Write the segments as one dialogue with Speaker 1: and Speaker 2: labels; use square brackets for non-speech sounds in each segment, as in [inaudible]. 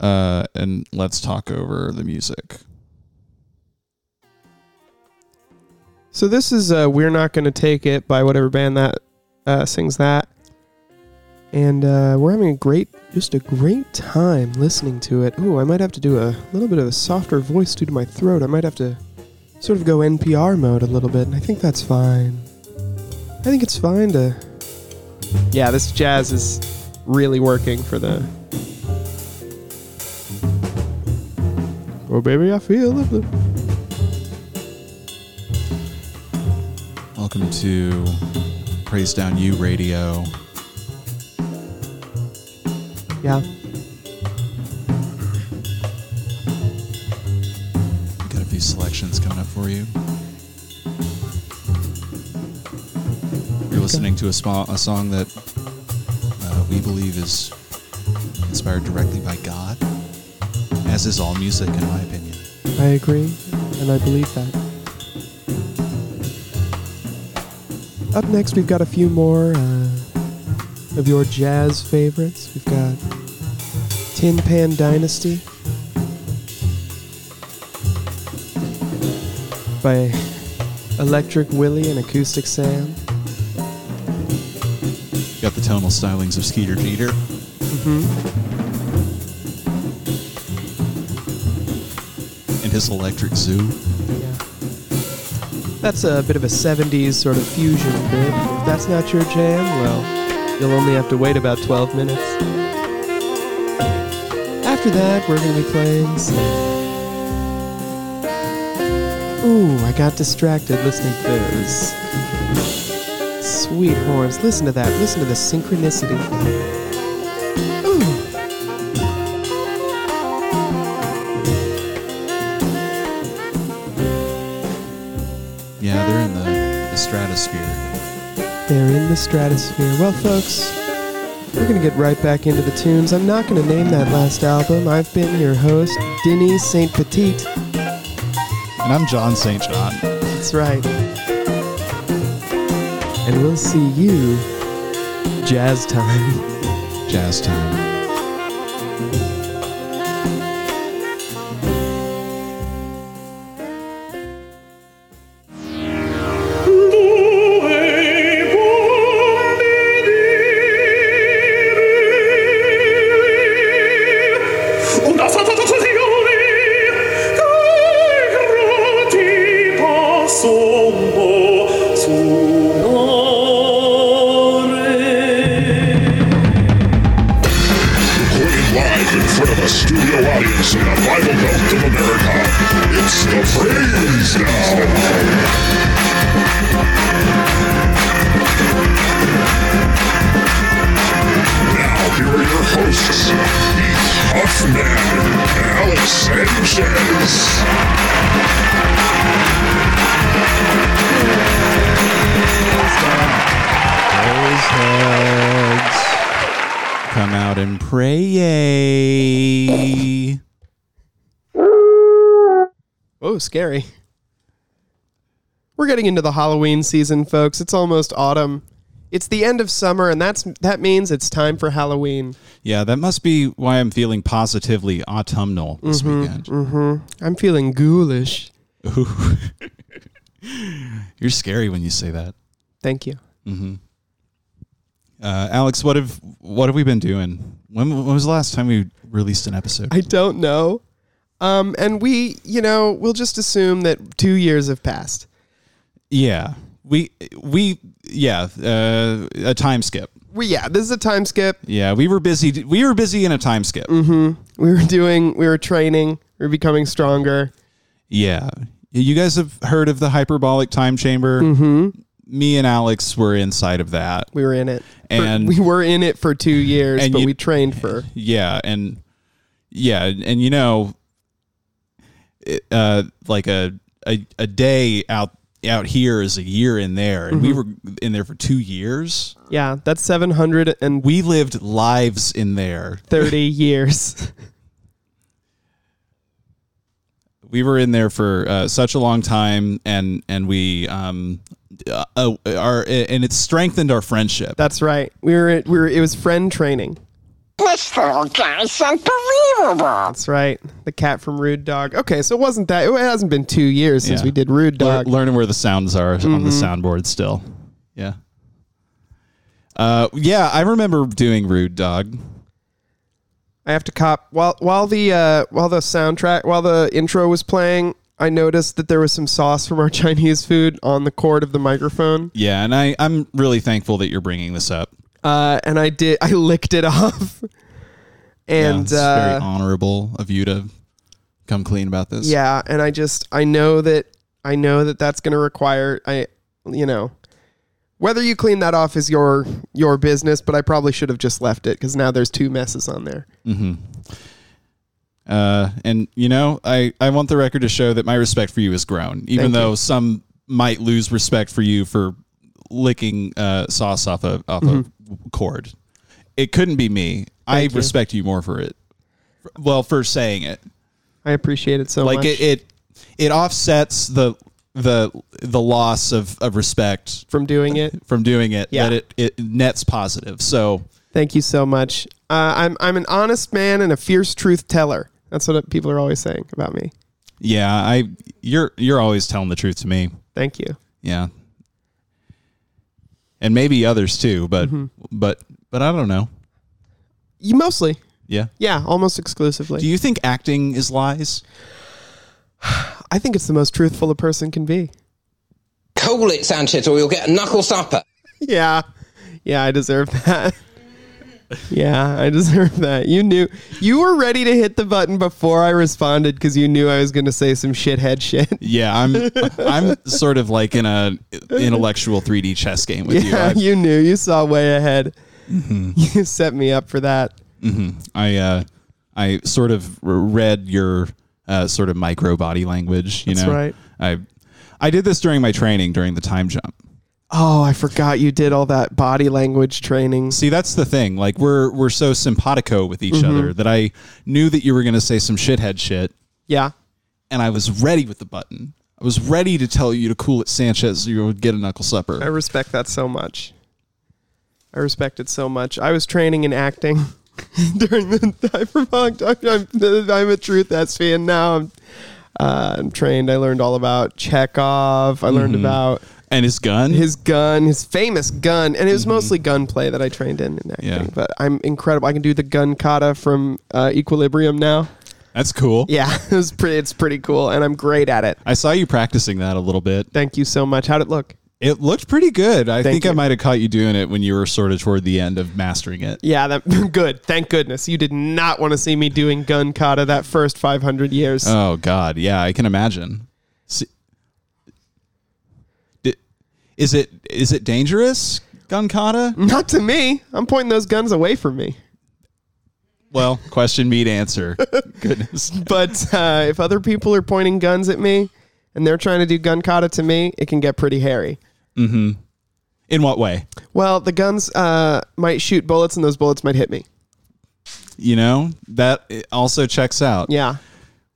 Speaker 1: uh, and let's talk over the music.
Speaker 2: So this is uh, "We're Not Gonna Take It" by whatever band that uh, sings that, and uh, we're having a great, just a great time listening to it. Ooh, I might have to do a little bit of a softer voice due to my throat. I might have to sort of go NPR mode a little bit, and I think that's fine. I think it's fine to. Yeah, this jazz is really working for the. Oh baby, I feel the blue.
Speaker 1: Welcome to Praise Down You Radio.
Speaker 2: Yeah.
Speaker 1: Got a few selections coming up for you. You're listening to a, spa- a song that uh, we believe is inspired directly by God, as is all music, in my opinion.
Speaker 2: I agree, and I believe that. Up next, we've got a few more uh, of your jazz favorites. We've got Tin Pan Dynasty by Electric Willie and Acoustic Sam.
Speaker 1: Got the tonal stylings of Skeeter Jeter. And his electric zoo.
Speaker 2: Yeah. That's a bit of a 70s sort of fusion bit. If that's not your jam, well, you'll only have to wait about 12 minutes. After that, we're going to be playing some. Ooh, I got distracted listening to those. Sweet horns. Listen to that. Listen to the synchronicity. Ooh.
Speaker 1: Yeah, they're in the, the stratosphere.
Speaker 2: They're in the stratosphere. Well, folks, we're going to get right back into the tunes. I'm not going to name that last album. I've been your host, Denny St. Petit.
Speaker 1: And I'm John St. John.
Speaker 2: That's right. And we'll see you jazz time.
Speaker 1: Jazz time.
Speaker 3: Una sensazione che groti passando su mare.
Speaker 4: Recorded live in front of a studio audience in the Bible Belt of America, it's the Praise Now. Now, here are your hosts, Heath Huffman and Alex Sanchez.
Speaker 1: Praise heads. Come out and pray. Yay.
Speaker 2: Oh, scary. We're getting into the Halloween season, folks. It's almost autumn. It's the end of summer, and that's that means it's time for Halloween.
Speaker 1: Yeah, that must be why I'm feeling positively autumnal this weekend.
Speaker 2: I'm feeling ghoulish.
Speaker 1: You're scary when you say that.
Speaker 2: Thank you.
Speaker 1: Uh, Alex, what have what have we been doing? When, when was the last time we released an episode?
Speaker 2: [laughs] I don't know. Um, and we, you know, we'll just assume that two years have passed.
Speaker 1: yeah, we we yeah uh, a time skip.
Speaker 2: We, yeah, this is a time skip.
Speaker 1: Yeah, we were busy. We were busy in a time skip.
Speaker 2: We were doing, we were training, we were becoming stronger.
Speaker 1: Yeah, you guys have heard of the hyperbolic time chamber. Me and Alex were inside of that.
Speaker 2: We were in it. Mm-hmm. For-
Speaker 1: And-
Speaker 2: we were in it for two years,
Speaker 1: And
Speaker 2: but
Speaker 1: you-
Speaker 2: we trained for.
Speaker 1: yeah and yeah and you know it, uh like a, a a day out out here is a year in there and
Speaker 2: Mm-hmm.
Speaker 1: we were in there for two years
Speaker 2: Yeah, that's 730
Speaker 1: we lived lives in there [laughs]
Speaker 2: years. [laughs]
Speaker 1: we were in there for uh, such a long time and and we um uh, uh, our and it strengthened our friendship
Speaker 2: That's right. We were, we were, it was friend training.
Speaker 5: This little guy's unbelievable.
Speaker 2: That's right. The cat from Rude Dog. Okay, so it wasn't that. It hasn't been two years since
Speaker 1: Yeah.
Speaker 2: we did Rude
Speaker 1: Lear-
Speaker 2: Dog.
Speaker 1: learning where the sounds are
Speaker 2: Mm-hmm.
Speaker 1: on the soundboard still. Yeah. Uh, yeah, I remember doing Rude Dog.
Speaker 2: I have to cop while while the uh, while the soundtrack while the intro was playing. I noticed that there was some sauce from our [laughs] Chinese food on the cord of the microphone,
Speaker 1: Yeah, and I, I'm really thankful that you're bringing this up.
Speaker 2: uh, and I did. I licked it [laughs] off,
Speaker 1: Yeah,
Speaker 2: and
Speaker 1: it's very
Speaker 2: uh,
Speaker 1: honorable of you to come clean about this.
Speaker 2: yeah, and I just I know that I know that that's going to require I you know whether you clean that off is your your business, but I probably should have just left it because now there's two messes on there.
Speaker 1: Uh, and you know, I, I want the record to show that my respect for you has grown, even
Speaker 2: Thank
Speaker 1: though some might lose respect for you for licking uh, sauce off a off a cord. It couldn't be me. I
Speaker 2: Mm-hmm. Thank you.
Speaker 1: respect you more for it. Well, for saying it,
Speaker 2: I appreciate it so
Speaker 1: like
Speaker 2: much.
Speaker 1: it, it it offsets the the the loss of, of respect
Speaker 2: from doing it.
Speaker 1: from doing it
Speaker 2: Yeah.
Speaker 1: that it, it nets positive. So
Speaker 2: Thank you so much. Uh, I'm I'm an honest man and a fierce truth teller. That's what people are always saying about me.
Speaker 1: yeah, I you're you're always telling the truth to me.
Speaker 2: Thank you.
Speaker 1: Yeah. And maybe others too, but but but I don't know.
Speaker 2: You mostly,
Speaker 1: Yeah.
Speaker 2: yeah, almost exclusively.
Speaker 1: Do you think acting is lies?
Speaker 2: I think it's the most truthful a person can be.
Speaker 1: [laughs]
Speaker 6: Call it, Sanchez, or you'll get a knuckle supper.
Speaker 2: Yeah, yeah, I deserve that. [laughs] yeah, I deserve that. You knew you were ready to hit the button before I responded because you knew I was going to say some shithead shit.
Speaker 1: [laughs] Yeah, I'm I'm sort of like in a intellectual 3D chess game with
Speaker 2: yeah,
Speaker 1: you.
Speaker 2: [laughs]
Speaker 1: Mm-hmm.
Speaker 2: you knew. You saw way ahead. [laughs] You set me up for that.
Speaker 1: I, I uh I sort of r- read your uh, sort of micro body language, you
Speaker 2: That's
Speaker 1: know.
Speaker 2: right.
Speaker 1: I I did this during my training during the time jump.
Speaker 2: Oh, I forgot you did all that body language training.
Speaker 1: See, that's the thing. Like we're we're so simpatico with each
Speaker 2: Mm-hmm.
Speaker 1: other that I knew that you were going to say some shithead shit
Speaker 2: Yeah.
Speaker 1: and I was ready with the button. I was ready to tell you to cool it, Sanchez. You would get a knuckle
Speaker 2: I
Speaker 1: supper.
Speaker 2: respect that so much. I respect it so much. I was training in acting [laughs] during the time for Hong Kong. I'm, I'm a truth SV, and now I'm, uh, I'm trained. I learned all about Chekhov. I learned about
Speaker 1: And his gun.
Speaker 2: his gun, his famous gun, and it was mostly gunplay that I trained in in acting.
Speaker 1: Yeah.
Speaker 2: But I'm incredible. I can do the gun kata from uh, Equilibrium now.
Speaker 1: That's cool.
Speaker 2: Yeah, [laughs] it was pretty. It's pretty cool, and I'm great at it.
Speaker 1: I saw you practicing that a little bit.
Speaker 2: Thank you so much. How'd it look?
Speaker 1: It looked pretty good. I
Speaker 2: Thank
Speaker 1: think I
Speaker 2: you.
Speaker 1: might have caught you doing it when you were sort of toward the end of mastering it.
Speaker 2: Yeah, that [laughs] good. Thank goodness you did not want to see me doing gun kata that first 500 years.
Speaker 1: Oh God, yeah, I can imagine. S- Di- Is it is it dangerous, gun kata?
Speaker 2: not to me. I'm pointing those guns away from me.
Speaker 1: Well, question meet
Speaker 2: [laughs]
Speaker 1: answer. Goodness.
Speaker 2: But uh, if other people are pointing guns at me and they're trying to do gun kata to me, it can get pretty hairy.
Speaker 1: In what way?
Speaker 2: Well, the guns uh, might shoot bullets and those bullets might hit me.
Speaker 1: You know that it also checks out.
Speaker 2: Yeah.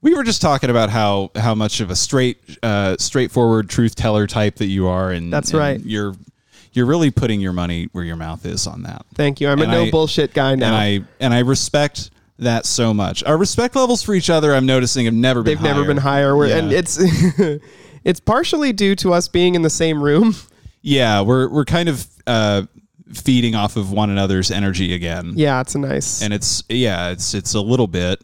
Speaker 1: We were just talking about how how much of a straight, uh, straightforward truth teller type that you are, and
Speaker 2: That's
Speaker 1: and
Speaker 2: right.
Speaker 1: You're you're really putting your money where your mouth is on that,
Speaker 2: Thank you. I'm
Speaker 1: And
Speaker 2: a no
Speaker 1: I-
Speaker 2: bullshit guy
Speaker 1: and
Speaker 2: now.
Speaker 1: I and I respect that so much. Our respect levels for each other, I'm noticing, have never been
Speaker 2: They've never been higher. We're, And
Speaker 1: Yeah.
Speaker 2: it's [laughs] it's partially due to us being in the same room. [laughs]
Speaker 1: yeah, we're we're kind of uh, feeding off of one another's energy again,
Speaker 2: Yeah, it's a nice.
Speaker 1: and it's yeah, it's it's a little bit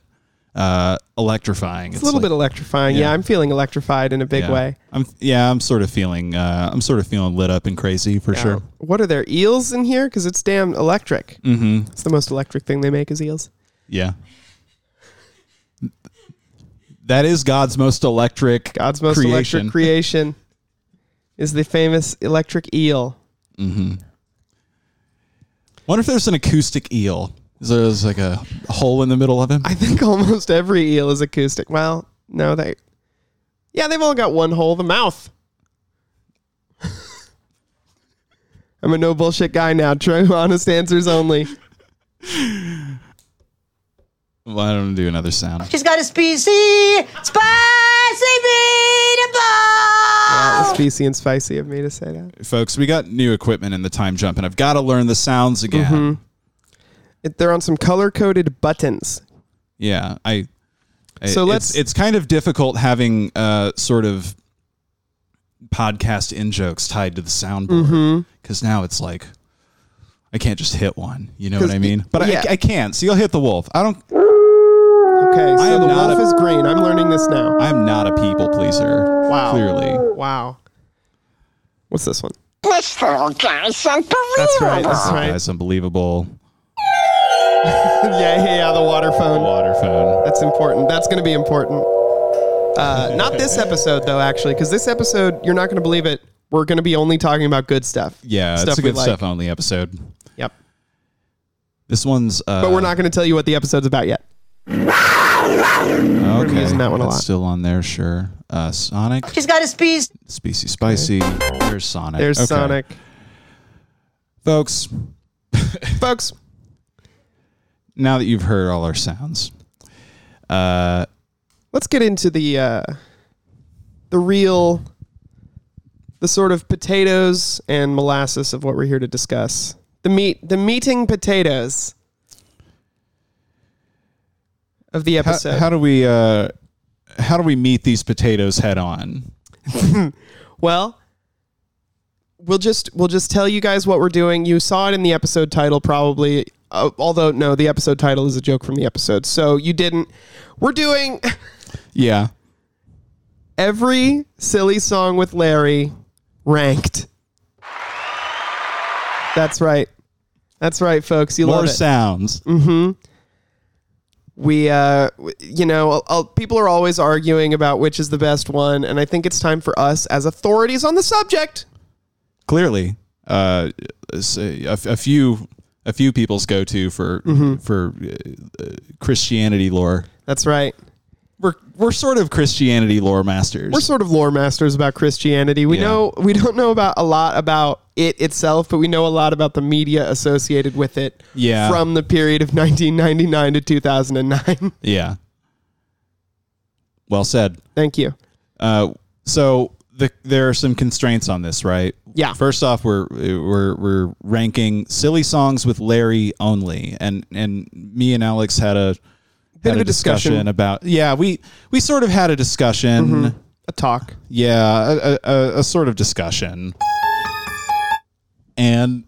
Speaker 1: uh, electrifying.
Speaker 2: it's a little bit electrifying. Yeah.
Speaker 1: Yeah.
Speaker 2: I'm feeling electrified in a big
Speaker 1: yeah.
Speaker 2: way.
Speaker 1: I'm yeah, I'm sort of feeling uh, I'm sort of feeling lit up and crazy for sure.
Speaker 2: What are there eels in here? Because it's damn electric. Mm-hmm. It's the most electric thing they make is eels.
Speaker 1: Yeah. That is God's most electric
Speaker 2: God's most
Speaker 1: [laughs]
Speaker 2: electric creation is the famous electric eel.
Speaker 1: Wonder if there's an acoustic eel. Is there is like a hole in the middle of him?
Speaker 2: I think [laughs] almost every eel is acoustic. Well, no, they. Yeah, they've all got one hole, the mouth. [laughs] I'm a no bullshit guy now. True, [laughs] honest answers only.
Speaker 1: well, I don't do another sound.
Speaker 7: She's got a species spicy meatball.
Speaker 2: It's Specie and spicy of me to say that. Mm-hmm.
Speaker 1: Folks, we got new equipment in the time jump, and I've got to learn the sounds again.
Speaker 2: It, they're on some color coded buttons.
Speaker 1: Yeah, I. I-
Speaker 2: So
Speaker 1: it's-
Speaker 2: let's-
Speaker 1: It's, kind of difficult having uh, sort of podcast in jokes tied to the
Speaker 2: Mm-hmm.
Speaker 1: soundboard because now it's like I can't just hit one. You know what
Speaker 2: 'Cause-
Speaker 1: I mean? But
Speaker 2: yeah.
Speaker 1: I, I can't. So you'll hit the wolf. I don't.
Speaker 2: Okay, so
Speaker 1: am
Speaker 2: the
Speaker 1: not
Speaker 2: wolf
Speaker 1: a-
Speaker 2: is green. I'm learning this now.
Speaker 1: I'm not a people pleaser.
Speaker 2: Wow.
Speaker 1: Clearly,
Speaker 2: Wow. What's this one?
Speaker 5: This little guy's unbelievable.
Speaker 2: That's right. That's right.
Speaker 1: that's unbelievable.
Speaker 2: yeah, yeah, yeah, the water phone.
Speaker 1: Water phone.
Speaker 2: That's important. That's going to be important. Uh, not this episode, though, actually, because this episode, you're not going to believe it. We're going to be only talking about good stuff.
Speaker 1: Yeah,
Speaker 2: stuff
Speaker 1: it's a
Speaker 2: we
Speaker 1: good
Speaker 2: like.
Speaker 1: stuff only episode.
Speaker 2: Yep.
Speaker 1: This one's. Uh,
Speaker 2: But we're not going to tell you what the episode's about yet.
Speaker 1: okay.
Speaker 2: be using that one a
Speaker 1: That's
Speaker 2: lot.
Speaker 1: Still on there, sure. Uh, Sonic,
Speaker 7: She's got a species.
Speaker 1: Species Spicy. There's Sonic.
Speaker 2: There's
Speaker 1: Okay.
Speaker 2: Sonic.
Speaker 1: folks.
Speaker 2: Folks,
Speaker 1: now that you've heard all our sounds, uh,
Speaker 2: let's get into the uh, the real, the sort of potatoes and molasses of what we're here to discuss. The meat, the meeting potatoes of the
Speaker 1: how,
Speaker 2: episode.
Speaker 1: how do we uh, how do we meet these potatoes head on?
Speaker 2: Well, we'll just we'll just tell you guys what we're doing. You saw it in the episode title, probably. Uh, although no, the episode title is a joke from the episode, so you didn't. We're doing [laughs]
Speaker 1: Yeah,
Speaker 2: every silly song with Larry ranked. That's right. That's right, folks. You
Speaker 1: more
Speaker 2: love it. Mm.
Speaker 1: sounds.
Speaker 2: we uh w- you know I'll, I'll- people are always arguing about which is the best one and i think it's time for us as authorities on the subject
Speaker 1: Clearly, uh, s- a, a few a few people's go to for
Speaker 2: Mm-hmm.
Speaker 1: for uh, uh, Christianity lore.
Speaker 2: that's right
Speaker 1: We're we're sort of Christianity lore masters.
Speaker 2: we're sort of lore masters about Christianity. We
Speaker 1: Yeah.
Speaker 2: know we don't know about a lot about it itself, but we know a lot about the media associated with it.
Speaker 1: Yeah.
Speaker 2: from the period of [laughs] 1999 to 2009.
Speaker 1: yeah. Well said.
Speaker 2: Thank you.
Speaker 1: Uh, so the, there are some constraints on this, right?
Speaker 2: Yeah.
Speaker 1: First off, we're we're we're ranking silly songs with Larry only, and and me and Alex had a
Speaker 2: Bit
Speaker 1: had
Speaker 2: of a discussion. Mm-hmm.
Speaker 1: about yeah we we sort of had a discussion
Speaker 2: A talk.
Speaker 1: yeah a, a, a, a sort of discussion and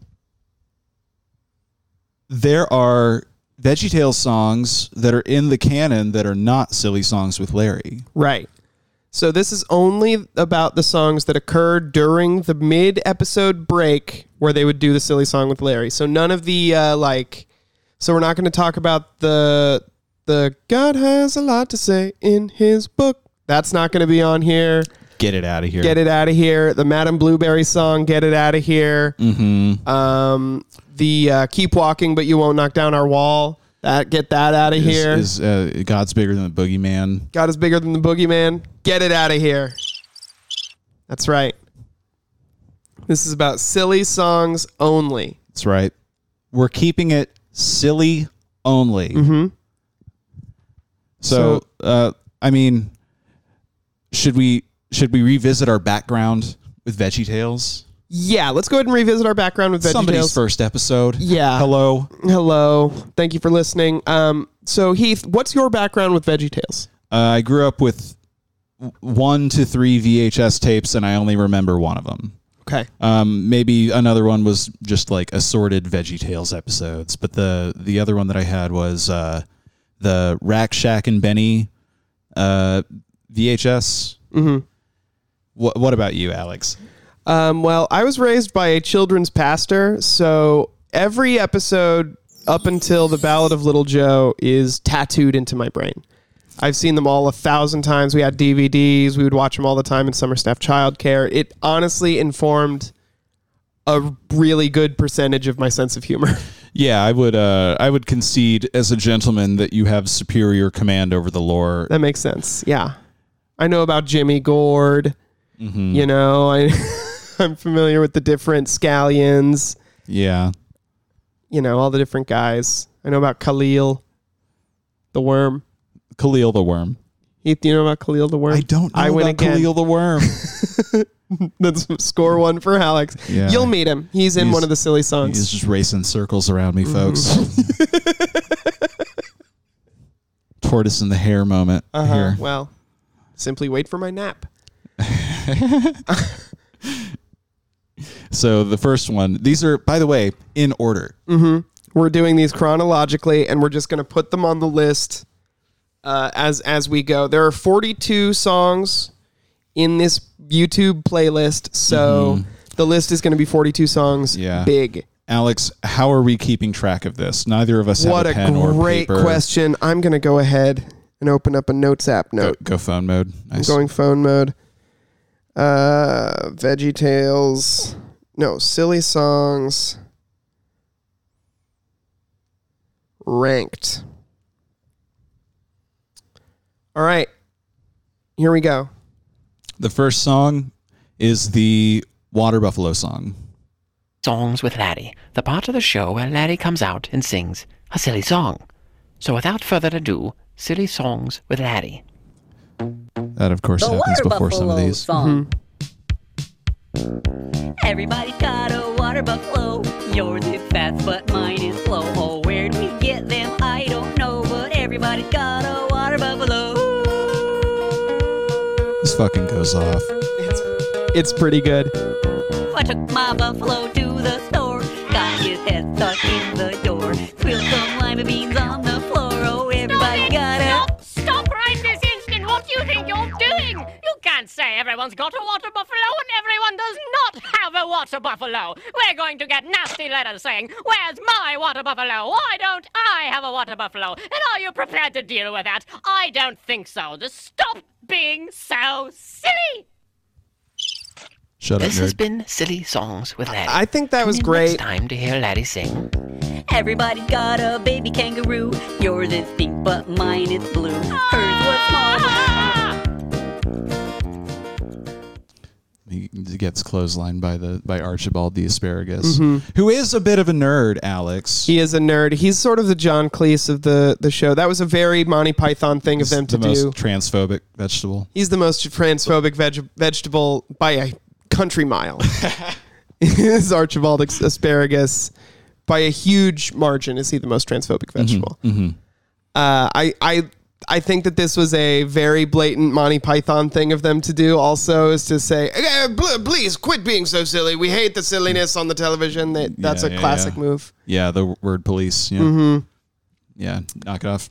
Speaker 1: there are VeggieTales songs that are in the canon that are not silly songs with Larry.
Speaker 2: Right. So this is only about the songs that occurred during the mid episode break where they would do the silly song with Larry. So none of the uh, like. So we're not going to talk about the the God has a lot to say in his book. That's not going to be on here.
Speaker 1: Get it out of here.
Speaker 2: Get it out of here. The Madame Blueberry song. Get it out of here. Mm-hmm. Um, the uh, keep walking, but you won't knock down our wall. That get that out of
Speaker 1: is-
Speaker 2: here.
Speaker 1: is uh, God's bigger than the boogeyman.
Speaker 2: God is bigger than the boogeyman. Get it out of here. That's right. This is about silly songs only.
Speaker 1: That's right. We're keeping it silly only.
Speaker 2: Mm-hmm.
Speaker 1: So, uh, I mean, should we should we revisit our background with Veggie Tales?
Speaker 2: Yeah, let's go ahead and revisit our background with
Speaker 1: Somebody's
Speaker 2: VeggieTales.
Speaker 1: first episode.
Speaker 2: Yeah.
Speaker 1: Hello.
Speaker 2: Hello. Thank you for listening. Um, so Heath, what's your background with VeggieTales?
Speaker 1: Uh, I grew up with w- one to three VHS tapes, and I only remember one of them.
Speaker 2: Okay.
Speaker 1: Um, maybe another one was just like assorted Veggie Tales episodes, but the the other one that I had was uh, the Rack Shack and Benny uh, VHS. Mm-hmm. What What about you, Alex?
Speaker 2: Um, well, I was raised by a children's pastor, so every episode up until the Ballad of Little Joe is tattooed into my brain. I've seen them all a thousand times. We had DVDs. We would watch them all the time in summer staff childcare. It honestly informed a really good percentage of my sense of humor. [laughs]
Speaker 1: Yeah, I would uh, I would concede as a gentleman that you have superior command over the lore.
Speaker 2: that makes sense. Yeah, I know about Jimmy Gord. You know, I [laughs] I'm familiar with the different scallions.
Speaker 1: Yeah,
Speaker 2: you know, all the different guys. I know about Khalil, the worm.
Speaker 1: Khalil the Worm.
Speaker 2: Heath, do you know about Khalil the Worm?
Speaker 1: I don't know
Speaker 2: I win
Speaker 1: about
Speaker 2: again.
Speaker 1: Khalil the Worm.
Speaker 2: [laughs] That's score one for Alex.
Speaker 1: Yeah.
Speaker 2: You'll meet him. He's in
Speaker 1: He's-
Speaker 2: one of the
Speaker 1: [laughs]
Speaker 2: silly
Speaker 1: He's
Speaker 2: songs.
Speaker 1: just racing circles around me, folks. Mm-hmm. [laughs] Tortoise in the hair moment here.
Speaker 2: Uh-huh. Well, simply wait for my nap.
Speaker 1: So the first one. These are, by the way, in order.
Speaker 2: We're doing these chronologically, and we're just going to put them on the list uh, as as we go. There are 42 songs in this YouTube playlist, so the list is going to be 42 songs.
Speaker 1: Mm-hmm. Yeah.
Speaker 2: Big.
Speaker 1: Alex, how are we keeping track of this? Neither of us
Speaker 2: What
Speaker 1: have a
Speaker 2: a
Speaker 1: pen or
Speaker 2: great
Speaker 1: paper.
Speaker 2: question. I'm going to go ahead and open up a Notes app note.
Speaker 1: Go phone mode. Nice.
Speaker 2: going phone mode. Uh, Veggie Tales. No, silly songs. Ranked. All right, here we go.
Speaker 1: The first song is the Water Buffalo song.
Speaker 7: Songs with Laddie, the part of the show where Laddie comes out and sings a silly song. So without further ado, Silly Songs with Laddie.
Speaker 1: That, of course, happens before some of these. Mm-hmm.
Speaker 5: song. Everybody's got a water buffalo. Yours is fast, but mine is slow. Oh, where'd we get them? I don't know, but everybody's got a water buffalo.
Speaker 1: This fucking goes off.
Speaker 2: It's, it's pretty good.
Speaker 5: I took my buffalo to the store. Got his head stuck in the door. Spilled some lima beans on the floor. Oh, everybody got it.
Speaker 8: Stop! Stop right this instant! What do you think you're doing? You can't say everyone's got a water buffalo and everyone does not have a water buffalo. We're going to get nasty letters saying, "Where's my water buffalo? Why don't I have a water buffalo?" And are you prepared to deal with that? I don't think so. Just stop being so silly.
Speaker 1: Shut up,
Speaker 7: This has
Speaker 1: nerd.
Speaker 7: been Silly Songs with Laddie.
Speaker 2: I think that was
Speaker 7: Tune in
Speaker 2: great.
Speaker 7: Next time to hear Laddie sing.
Speaker 5: Everybody's got a baby kangaroo. Yours is pink, but mine is blue. Hers was small.
Speaker 1: he gets clotheslined by the by Archibald the asparagus, who is a bit of a nerd. Alex,
Speaker 2: Mm-hmm. He is a nerd. He's sort of the John Cleese of the the show. That was a very Monty Python thing of them to
Speaker 1: the most
Speaker 2: do.
Speaker 1: transphobic vegetable.
Speaker 2: He's the most transphobic veg- vegetable by a country
Speaker 1: [laughs]
Speaker 2: mile. is Archibald ex- asparagus by a huge margin? Is he the most transphobic
Speaker 1: Mm-hmm.
Speaker 2: vegetable? Uh, I I I think that this was a very blatant Monty Python thing of them to do. Also, is to say, "Eh, pl- please quit being so silly. We hate the silliness on the television. That, that's
Speaker 1: Yeah,
Speaker 2: a
Speaker 1: yeah,
Speaker 2: classic
Speaker 1: yeah.
Speaker 2: move.
Speaker 1: Yeah, the word police. Yeah,
Speaker 2: Mm-hmm.
Speaker 1: yeah, knock it off.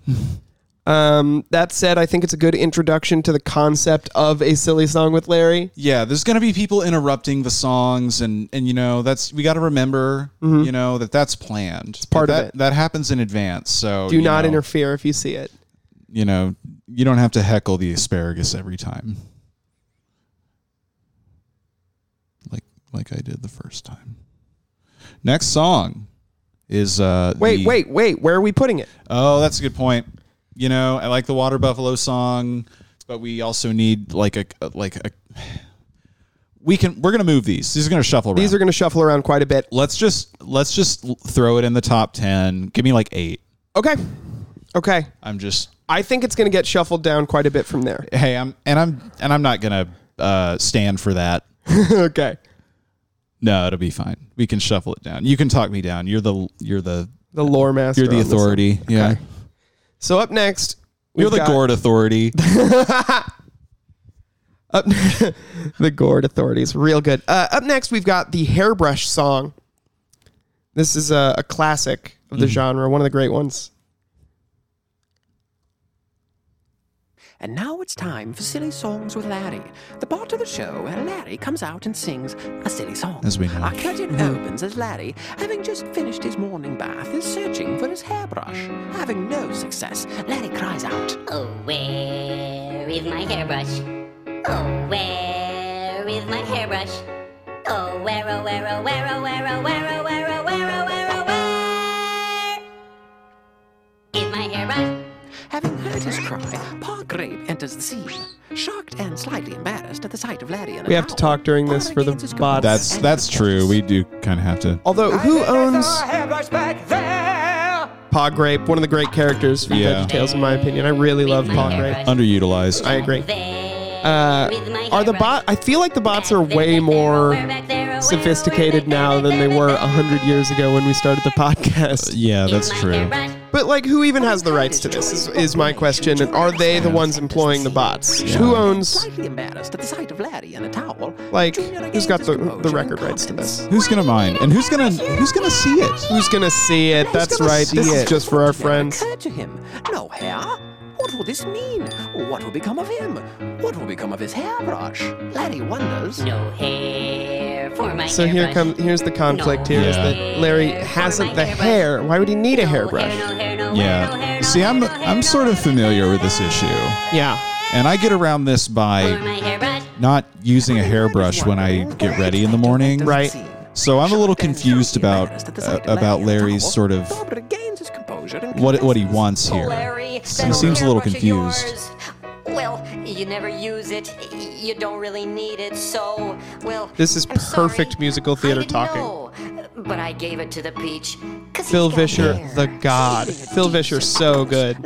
Speaker 2: Um, that said, I think it's a good introduction to the concept of a silly song with Larry.
Speaker 1: yeah, there's gonna be people interrupting the songs, and and you know that's we got to remember, you know that that's planned. It's
Speaker 2: Mm-hmm. part of
Speaker 1: that,
Speaker 2: it.
Speaker 1: That happens in advance. So
Speaker 2: Do
Speaker 1: you
Speaker 2: not
Speaker 1: know,
Speaker 2: interfere if you see it.
Speaker 1: You know, you don't have to heckle the asparagus every time, like like I did the first time. Next song is uh
Speaker 2: Wait,
Speaker 1: the-
Speaker 2: wait, wait. Where are we putting it?
Speaker 1: Oh, that's a good point. You know, I like the Water Buffalo song, but we also need like a like a. We can. We're gonna move these. These are gonna shuffle. Around.
Speaker 2: These are going to shuffle around quite a bit.
Speaker 1: Let's just let's just l- throw it in the top ten. Give me like eight.
Speaker 2: Okay. Okay.
Speaker 1: I'm just
Speaker 2: I think it's going to get shuffled down quite a bit from there.
Speaker 1: hey. I'm and I'm and I'm not gonna uh, stand for that.
Speaker 2: [laughs] okay.
Speaker 1: No, it'll be fine. We can shuffle it down. You can talk me down. You're the you're the
Speaker 2: The lore master.
Speaker 1: you're the
Speaker 2: on this
Speaker 1: authority. Yeah,
Speaker 2: Okay. one. So up next,
Speaker 1: you're
Speaker 2: we've
Speaker 1: the
Speaker 2: got-
Speaker 1: gourd authority.
Speaker 2: [laughs] Up, [laughs] the Gord authorities. Real good. Uh, up next, we've got the Hairbrush song. This is a, a classic of
Speaker 1: Mm-hmm.
Speaker 2: the genre, one of the great ones.
Speaker 7: And now it's time for Silly Songs with Larry, the part of the show where Larry comes out and sings a silly song.
Speaker 1: As we know.
Speaker 7: Our curtain opens as Larry, having just finished his morning bath, is searching for his hairbrush. Having no success, Larry cries out.
Speaker 5: Oh, where is my hairbrush? Oh, where is my hairbrush? Oh, where, oh, where, oh, where, oh, where, oh, where, oh, where, oh, where, oh, where, oh, where is my hairbrush?
Speaker 7: Having heard his cry, Pa Grape enters the scene. Shocked and slightly embarrassed at the sight of Larry and
Speaker 2: We have to talk during this for the bots.
Speaker 1: That's that's true. We do kind of have to.
Speaker 2: Although, who owns.
Speaker 7: hairbrush back there.
Speaker 2: Pogrape, one of the great characters from
Speaker 1: Yeah.
Speaker 2: VeggieTales, in my opinion. I really love Pogrape.
Speaker 1: Underutilized.
Speaker 2: I agree. Uh, are the bot? I feel like the bots are way more sophisticated now than they were hundred years ago when we started the podcast.
Speaker 1: yeah, that's true.
Speaker 2: But like, who even has the rights to this? Is, is my question, and are they the ones employing the bots? Who owns?
Speaker 9: Slightly embarrassed at the sight of Laddie in a towel,
Speaker 2: Like, who's got the the record rights to this?
Speaker 1: Who's gonna mind? And who's gonna who's gonna see it?
Speaker 2: Who's gonna see it? That's
Speaker 9: gonna
Speaker 2: right.
Speaker 1: see
Speaker 2: This is
Speaker 1: it?
Speaker 2: just for our friends.
Speaker 9: occurred to him. No hair? What will this mean? What will become of him? What will become of his hairbrush? Laddie wonders.
Speaker 10: No hair for my
Speaker 2: So here
Speaker 10: hairbrush.
Speaker 2: come here's the conflict. Here is
Speaker 1: Yeah.
Speaker 2: that Larry hasn't the hair. Why would he need a hairbrush?
Speaker 1: Yeah. See, I'm I'm sort of familiar with this issue,
Speaker 2: Yeah.
Speaker 1: and I get around this
Speaker 10: For
Speaker 1: by
Speaker 10: my hairbrush.
Speaker 1: not using a hairbrush when I get ready in the morning.
Speaker 2: Right.
Speaker 1: So I'm a little confused about uh, about Larry's sort of what what he wants here.
Speaker 5: Larry, that
Speaker 1: He seems a little
Speaker 5: hairbrush of yours.
Speaker 1: confused.
Speaker 5: Well, you never use it. y- You don't really need it, so well.
Speaker 2: This is
Speaker 5: I'm sorry.
Speaker 2: perfect musical theater
Speaker 5: I didn't
Speaker 2: talking.
Speaker 5: know, but I gave it to the peach. 'cause he's
Speaker 2: Phil
Speaker 5: got
Speaker 2: Vischer,
Speaker 5: hair.
Speaker 2: the god. Phil Vischer, so good.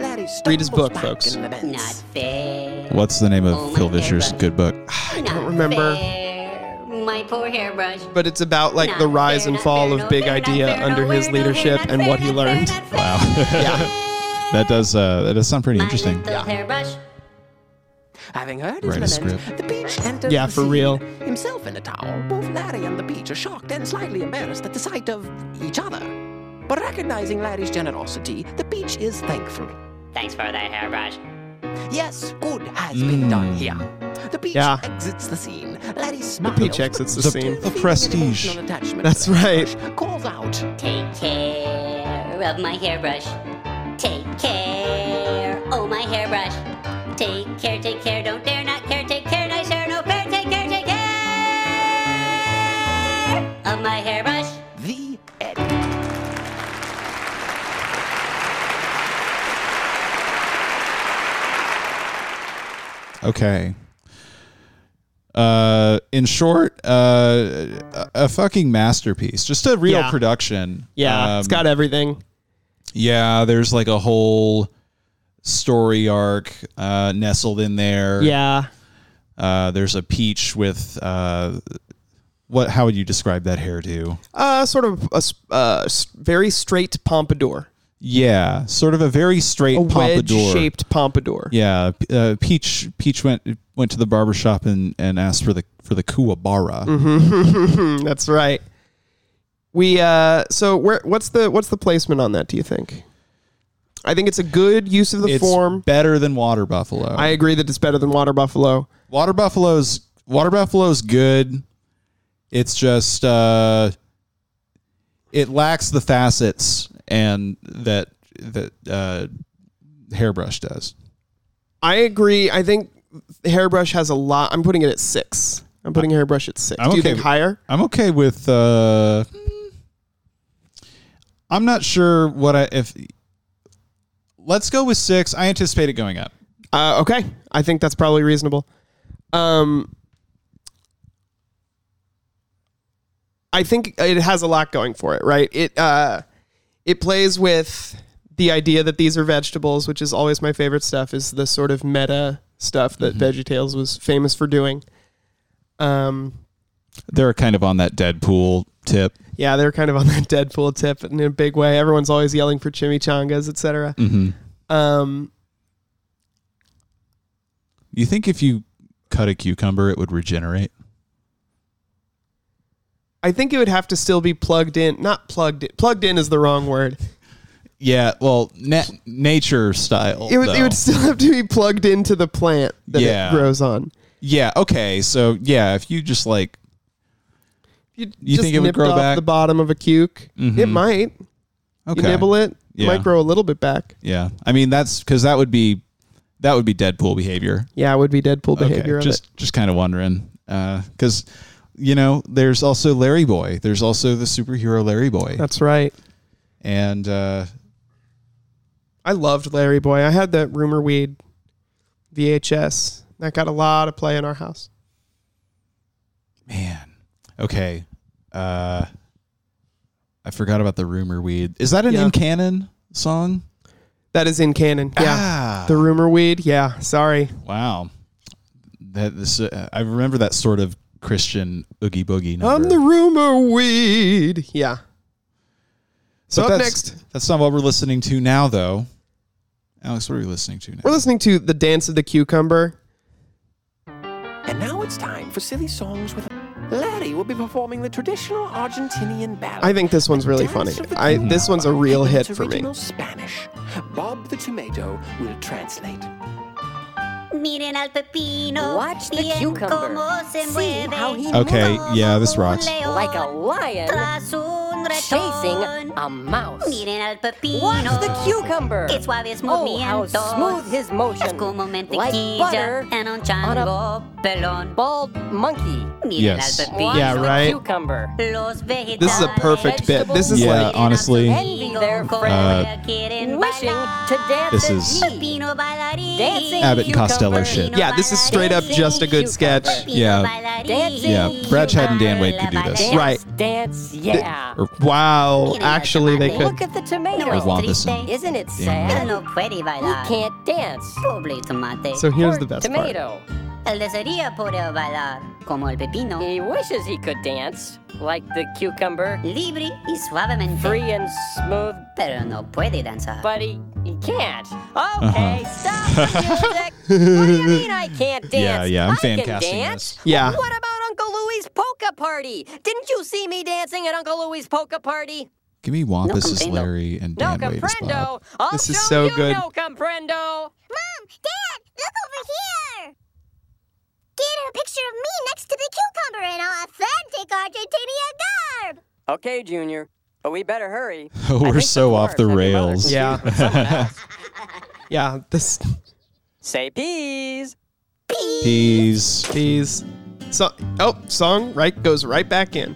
Speaker 2: Read his book, folks.
Speaker 5: Not fair.
Speaker 1: What's the name
Speaker 5: Oh,
Speaker 1: of
Speaker 5: my
Speaker 1: Phil Vischer's
Speaker 5: hairbrush.
Speaker 1: good book?
Speaker 5: [laughs] I
Speaker 2: don't remember.
Speaker 5: Fair. My poor hairbrush.
Speaker 2: But it's about like the rise and fall of Big Idea under his leadership and what he learned. [laughs]
Speaker 1: Wow. [laughs] yeah. That does uh, that does sound pretty interesting.
Speaker 5: Yeah. Hairbrush.
Speaker 9: Having heard his
Speaker 1: Write a
Speaker 9: lament,
Speaker 1: script.
Speaker 9: the beach enters
Speaker 2: Yeah,
Speaker 9: the
Speaker 2: for
Speaker 9: scene.
Speaker 2: real.
Speaker 9: Himself in a towel, both Larry and the beach are shocked and slightly embarrassed at the sight of each other. But recognizing Larry's generosity, the beach is thankful.
Speaker 5: Thanks for the hairbrush.
Speaker 9: Yes, good has been done here. The beach
Speaker 2: Hmm. Yeah.
Speaker 9: exits the scene. Larry smiles.
Speaker 2: Peach exits the
Speaker 1: The-
Speaker 2: scene.
Speaker 1: the prestige.
Speaker 9: Feeling an emotional attachment
Speaker 2: That's
Speaker 9: to the
Speaker 2: right.
Speaker 9: hairbrush, Calls out.
Speaker 5: Take care of my hairbrush. Take care, oh my hairbrush. Take care, take care, don't dare not care. Take care, nice hair, no fair. Take care, take care of my hairbrush.
Speaker 9: The end.
Speaker 1: Okay. Uh, in short, uh, a- a fucking masterpiece. Just a real
Speaker 2: Yeah.
Speaker 1: production.
Speaker 2: Yeah, it's
Speaker 1: Um,
Speaker 2: got everything.
Speaker 1: Yeah, there's like a whole story arc uh, nestled in there.
Speaker 2: Yeah.
Speaker 1: Uh, there's a peach with uh, what? How would you describe that hairdo?
Speaker 2: Uh, sort of a s- uh, s- very straight pompadour,
Speaker 1: Yeah, sort of a very straight
Speaker 2: a
Speaker 1: pompadour.
Speaker 2: wedge-shaped pompadour.
Speaker 1: Yeah, p- uh, Peach. Peach went went to the barber shop and, and asked for the for the kuwabara.
Speaker 2: Mm, [laughs] That's right. We uh, so where? What's the what's the placement on that? Do you think? I think it's a good use of the
Speaker 1: It's
Speaker 2: form.
Speaker 1: better than water buffalo.
Speaker 2: I agree that it's better than water buffalo.
Speaker 1: water buffalo's water buffalo's good. It's just uh, it lacks the facets and that that uh, hairbrush does.
Speaker 2: I agree. I think hairbrush has a lot. I'm putting it at six. I'm putting hairbrush at 6
Speaker 1: I'm
Speaker 2: Do you
Speaker 1: okay
Speaker 2: think
Speaker 1: with-
Speaker 2: higher?
Speaker 1: I'm okay with. Uh, I'm not sure what I if. Let's go with six. I anticipate it going up.
Speaker 2: Uh, okay, I think that's probably reasonable. Um, I think it has a lot going for it, right? It uh, it plays with the idea that these are vegetables, which is always my favorite stuff. Is the sort of meta stuff that
Speaker 1: Mm-hmm.
Speaker 2: VeggieTales was famous for doing. Um,
Speaker 1: They're kind of on that Deadpool tip.
Speaker 2: yeah, they're kind of on that [laughs] Deadpool tip in a big way. Everyone's always yelling for chimichangas, etc.
Speaker 1: Mm-hmm.
Speaker 2: Um,
Speaker 1: You think if you cut a cucumber, it would regenerate?
Speaker 2: I think it would have to still be plugged in. Not plugged in. Plugged in is the wrong word.
Speaker 1: Yeah, well, na- nature style.
Speaker 2: It would, it
Speaker 1: though.
Speaker 2: would still have to be plugged into the plant that
Speaker 1: Yeah.
Speaker 2: it grows on.
Speaker 1: yeah. Okay, so yeah, if you just like,
Speaker 2: You,
Speaker 1: You
Speaker 2: just
Speaker 1: think it would
Speaker 2: nipped
Speaker 1: grow
Speaker 2: off
Speaker 1: back? Mm-hmm.
Speaker 2: the bottom of a cuke. It might.
Speaker 1: okay,
Speaker 2: You nibble it, it
Speaker 1: Yeah.
Speaker 2: might grow a little bit back.
Speaker 1: yeah. I mean, that's because that would be that would be Deadpool behavior.
Speaker 2: Yeah, it would be Deadpool behavior. of
Speaker 1: just just kind of wondering because you know there's also Larry Boy. There's also the superhero Larry Boy,
Speaker 2: it. That's right.
Speaker 1: and uh,
Speaker 2: I loved Larry Boy. I had that rumor weed VHS. That got a lot of play in our house.
Speaker 1: man, okay, uh, I forgot about the rumor weed. Is that an
Speaker 2: Yeah.
Speaker 1: in canon? song?
Speaker 2: That is in canon. Yeah.
Speaker 1: Ah.
Speaker 2: The rumor weed. Yeah. Sorry.
Speaker 1: Wow, that this uh, I remember that sort of Christian oogie boogie number.
Speaker 2: I'm the rumor weed. Yeah. So
Speaker 1: But
Speaker 2: up
Speaker 1: that's-
Speaker 2: next,
Speaker 1: that's not what we're listening to now, though. Alex, what are we listening to now?
Speaker 2: we're listening to The Dance of the Cucumber.
Speaker 9: And now it's time for silly songs with Laddie. Will be performing the traditional Argentinian ballad.
Speaker 2: I think this one's really funny.
Speaker 9: Dance of the
Speaker 2: I this one's a real
Speaker 9: in
Speaker 2: hit
Speaker 9: its
Speaker 2: for me.
Speaker 9: original Spanish. Bob the Tomato will translate.
Speaker 5: Miren al pepino.
Speaker 10: Watch the
Speaker 5: Miren
Speaker 10: cucumber.
Speaker 5: cómo se
Speaker 10: See
Speaker 5: mueve.
Speaker 10: how he
Speaker 1: Okay, yeah, this rocks.
Speaker 10: like a lion
Speaker 5: Tras un
Speaker 10: chasing
Speaker 5: ratón.
Speaker 10: a mouse.
Speaker 5: Miren al pepino.
Speaker 10: Watch the cucumber.
Speaker 5: Qué suaves
Speaker 10: Oh, how
Speaker 5: movimientos.
Speaker 10: smooth his motion.
Speaker 5: Es como
Speaker 10: like
Speaker 5: mantequilla
Speaker 10: butter,
Speaker 5: en un chango pelón.
Speaker 10: bald monkey.
Speaker 5: Miren
Speaker 1: Yes.
Speaker 5: al pepino.
Speaker 10: Watch
Speaker 2: Yeah,
Speaker 10: the
Speaker 2: right.
Speaker 10: cucumber.
Speaker 5: Los vegetales.
Speaker 2: This is a perfect bit. This is
Speaker 1: Yeah,
Speaker 2: like
Speaker 1: honestly.
Speaker 10: Envy their
Speaker 1: friend.
Speaker 5: Quieren
Speaker 10: Wishing
Speaker 5: bailar.
Speaker 10: to dance
Speaker 1: This
Speaker 10: and
Speaker 1: is-
Speaker 10: eat.
Speaker 5: Pepino bailarín.
Speaker 10: Dancing
Speaker 1: Abbott and Costello
Speaker 10: cucumber.
Speaker 1: shit.
Speaker 2: yeah, this is straight up just a good sketch.
Speaker 10: Cucumber.
Speaker 1: Yeah. Yeah, Bradshaw and Dan Wade could
Speaker 5: could
Speaker 1: do this.
Speaker 10: Dance,
Speaker 2: Right.
Speaker 10: Dance, yeah.
Speaker 1: Or-
Speaker 2: Wow, actually they could.
Speaker 10: Look at the tomato.
Speaker 5: No
Speaker 1: Or
Speaker 5: es
Speaker 1: Wampus and-
Speaker 5: triste.
Speaker 10: Isn't it
Speaker 5: Él
Speaker 10: sad?
Speaker 5: no puede
Speaker 10: He
Speaker 5: bailar.
Speaker 10: can't dance.
Speaker 5: Pobre tomate.
Speaker 2: So here's the
Speaker 10: Or
Speaker 2: best part.
Speaker 10: tomato.
Speaker 5: Él desearía poder bailar como el pepino.
Speaker 10: He wishes he could dance like the cucumber,
Speaker 5: Libre y suavemente.
Speaker 10: free and smooth,
Speaker 5: Pero no puede danzar.
Speaker 10: but he, he can't. Okay, stop the music. what do you mean I can't dance?
Speaker 1: Yeah, yeah, I'm
Speaker 10: I
Speaker 1: fan
Speaker 10: can
Speaker 1: casting
Speaker 10: dance.
Speaker 1: this.
Speaker 2: Yeah.
Speaker 10: What about Uncle Louie's polka party? Didn't you see me dancing at Uncle Louie's polka party?
Speaker 1: Give me Wampus
Speaker 5: No
Speaker 1: as
Speaker 5: comprendo.
Speaker 1: Larry and
Speaker 10: No
Speaker 1: Dan Wade as Bob. [laughs]
Speaker 10: comprendo. I'll
Speaker 2: This is
Speaker 10: show
Speaker 2: so
Speaker 10: you
Speaker 2: good.
Speaker 10: No comprendo.
Speaker 5: Mom, Dad, look over here. Get a picture of me next to the cucumber in authentic Argentinian garb.
Speaker 10: Okay, Junior. But we better hurry.
Speaker 1: Oh,
Speaker 10: I
Speaker 1: we're
Speaker 10: think
Speaker 1: so off the
Speaker 10: dwarves have your
Speaker 1: rails. [laughs]
Speaker 2: Yeah.
Speaker 10: mother confused with someone else.
Speaker 2: Yeah, this
Speaker 10: Say peas.
Speaker 1: Peas.
Speaker 2: is so oh, song right goes right back in.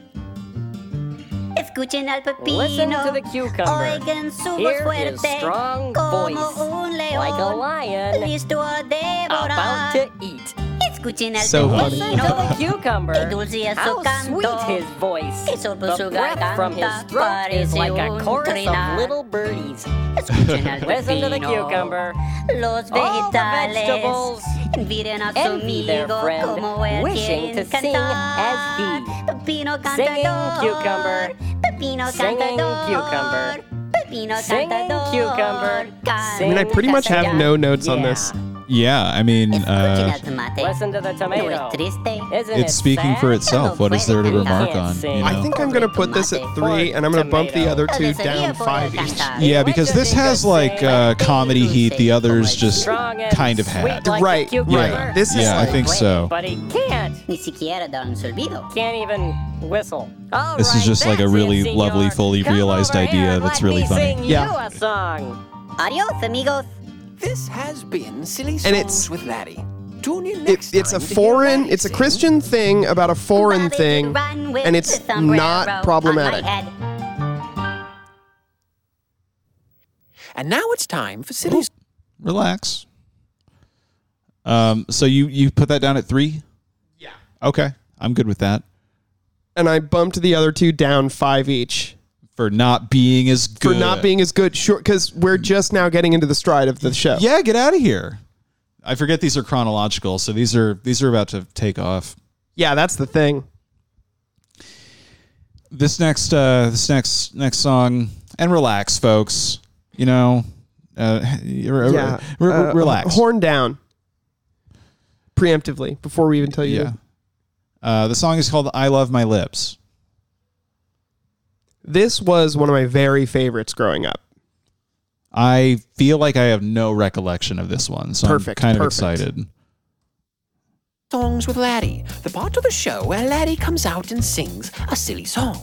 Speaker 5: Escuchen al pepino.
Speaker 10: Listen to the cucumber.
Speaker 5: Oigan su voz
Speaker 10: Here
Speaker 5: fuerte.
Speaker 10: is strong
Speaker 5: como
Speaker 10: voice,
Speaker 5: un león.
Speaker 10: Like a lion
Speaker 5: Listo a
Speaker 10: about
Speaker 5: devorar.
Speaker 10: to eat.
Speaker 5: Escuchen al
Speaker 2: So
Speaker 5: pepino.
Speaker 2: funny.
Speaker 10: Listen to the cucumber.
Speaker 5: Qué dulce es su
Speaker 10: How
Speaker 5: canto.
Speaker 10: sweet his voice.
Speaker 5: Qué sorbo
Speaker 10: The
Speaker 5: su
Speaker 10: breath from his
Speaker 5: garganta.
Speaker 10: throat is
Speaker 5: Parece
Speaker 10: like
Speaker 5: un
Speaker 10: a chorus
Speaker 5: trinar.
Speaker 10: of little birdies.
Speaker 5: Escuchen al
Speaker 10: Listen to the
Speaker 5: pepino.
Speaker 10: cucumber.
Speaker 5: Los
Speaker 10: All the
Speaker 5: vegetales
Speaker 10: vegetables
Speaker 5: envidian a su
Speaker 10: envy their
Speaker 5: amigo
Speaker 10: friend,
Speaker 5: como él
Speaker 10: wishing
Speaker 5: quiere
Speaker 10: to sing
Speaker 5: cantar.
Speaker 10: as he.
Speaker 5: Pepino
Speaker 10: Singing
Speaker 5: cantador,
Speaker 10: cucumber.
Speaker 5: Pepino
Speaker 10: Singing
Speaker 5: cantador,
Speaker 10: cucumber.
Speaker 5: Pepino
Speaker 10: Singing
Speaker 5: cantador,
Speaker 10: cucumber.
Speaker 5: Canta
Speaker 2: I mean, I pretty much have no
Speaker 5: castellano.
Speaker 2: notes on
Speaker 10: Yeah.
Speaker 2: this.
Speaker 1: Yeah, I mean,
Speaker 5: Escuchen
Speaker 1: uh,
Speaker 5: al tomate.
Speaker 10: Listen to the
Speaker 5: No
Speaker 10: tomato.
Speaker 5: es triste.
Speaker 10: Isn't
Speaker 1: it's
Speaker 10: it
Speaker 1: speaking
Speaker 10: sad?
Speaker 1: for itself. What is there to
Speaker 5: Can't
Speaker 1: remark on?
Speaker 10: sing.
Speaker 1: You
Speaker 10: I
Speaker 1: know?
Speaker 2: I think I'm gonna put this at three, and I'm gonna bump the other two down five each.
Speaker 1: Yeah, because this has like uh, comedy heat. The others just
Speaker 10: Strong and
Speaker 1: kind of
Speaker 10: sweet
Speaker 1: had.
Speaker 10: like
Speaker 2: Right,
Speaker 10: a cucumber.
Speaker 1: Yeah,
Speaker 2: right. This is
Speaker 1: yeah, I
Speaker 2: like-
Speaker 1: think so.
Speaker 10: But he can't.
Speaker 5: Ni siquiera dan su olvido.
Speaker 10: Can't even whistle. All
Speaker 1: This is
Speaker 10: right,
Speaker 1: just like a
Speaker 10: that's
Speaker 1: really
Speaker 10: it, senor.
Speaker 1: lovely, fully
Speaker 10: Come
Speaker 1: realized
Speaker 10: over here
Speaker 1: idea
Speaker 10: and
Speaker 1: that's
Speaker 10: let
Speaker 1: really
Speaker 10: me
Speaker 1: funny.
Speaker 10: Sing
Speaker 2: Yeah.
Speaker 10: You a song.
Speaker 5: Adios, amigos.
Speaker 9: This has been Silly Songs
Speaker 2: And it's-
Speaker 9: with Laddie. Tune in
Speaker 2: It,
Speaker 9: next
Speaker 2: it's a
Speaker 9: time to hear
Speaker 2: foreign,
Speaker 9: Laddie
Speaker 2: it's a
Speaker 9: sing.
Speaker 2: Christian thing about a foreign
Speaker 5: Bobby
Speaker 2: thing,
Speaker 5: can run with
Speaker 2: and it's
Speaker 5: the sombrero on my
Speaker 2: not problematic.
Speaker 5: head.
Speaker 9: And now it's time for Silly
Speaker 1: Relax. Um. So you you put that down at three? Yeah. Okay, I'm good with that.
Speaker 2: And I bumped the other two down five each
Speaker 1: For not being as
Speaker 2: for
Speaker 1: good.
Speaker 2: not being as good. Sure, because we're just now getting into the stride of the show.
Speaker 1: Yeah, get out of here. I forget these are chronological, so these are these are about to take off.
Speaker 2: yeah, that's the thing.
Speaker 1: This next uh this next next song and relax, folks. You know, uh, [laughs] re- re-
Speaker 2: yeah,
Speaker 1: re-
Speaker 2: Uh,
Speaker 1: relax.
Speaker 2: Horn down. Preemptively, before we even tell you.
Speaker 1: yeah. Uh, the song is called "I Love My Lips."
Speaker 2: This was one of my very favorites growing up.
Speaker 1: I feel like I have no recollection of this one, so
Speaker 2: Perfect,
Speaker 1: I'm kind
Speaker 2: perfect.
Speaker 1: of excited.
Speaker 9: Songs with Laddie, the part of the show where Laddie comes out and sings a silly song.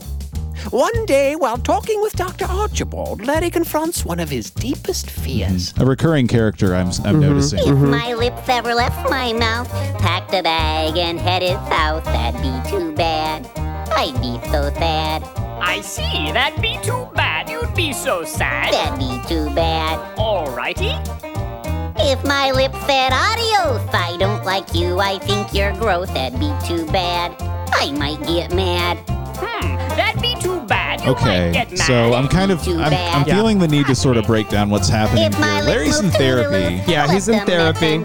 Speaker 9: One day, while talking with Dr. Archibald, Laddie confronts one of his deepest fears.
Speaker 1: A recurring character I'm, I'm
Speaker 2: Mm-hmm.
Speaker 1: noticing.
Speaker 5: If my lips ever left my mouth, packed a bag and headed south, that'd be too bad. I'd be so sad.
Speaker 8: I see. That'd be too bad. You'd be so sad.
Speaker 5: That'd be too bad.
Speaker 8: Alrighty.
Speaker 5: If my lips said adios, I don't like you, I think you're gross, that'd be too bad. I might get mad.
Speaker 8: Hmm. That'd be too bad. You'd
Speaker 1: Okay, so I'm kind of I'm, I'm
Speaker 2: Yeah.
Speaker 1: feeling the need to sort of break down what's happening
Speaker 5: If my
Speaker 1: here.
Speaker 5: lips
Speaker 1: Larry's in
Speaker 5: moved a little,
Speaker 1: therapy,
Speaker 2: Yeah, he's in therapy.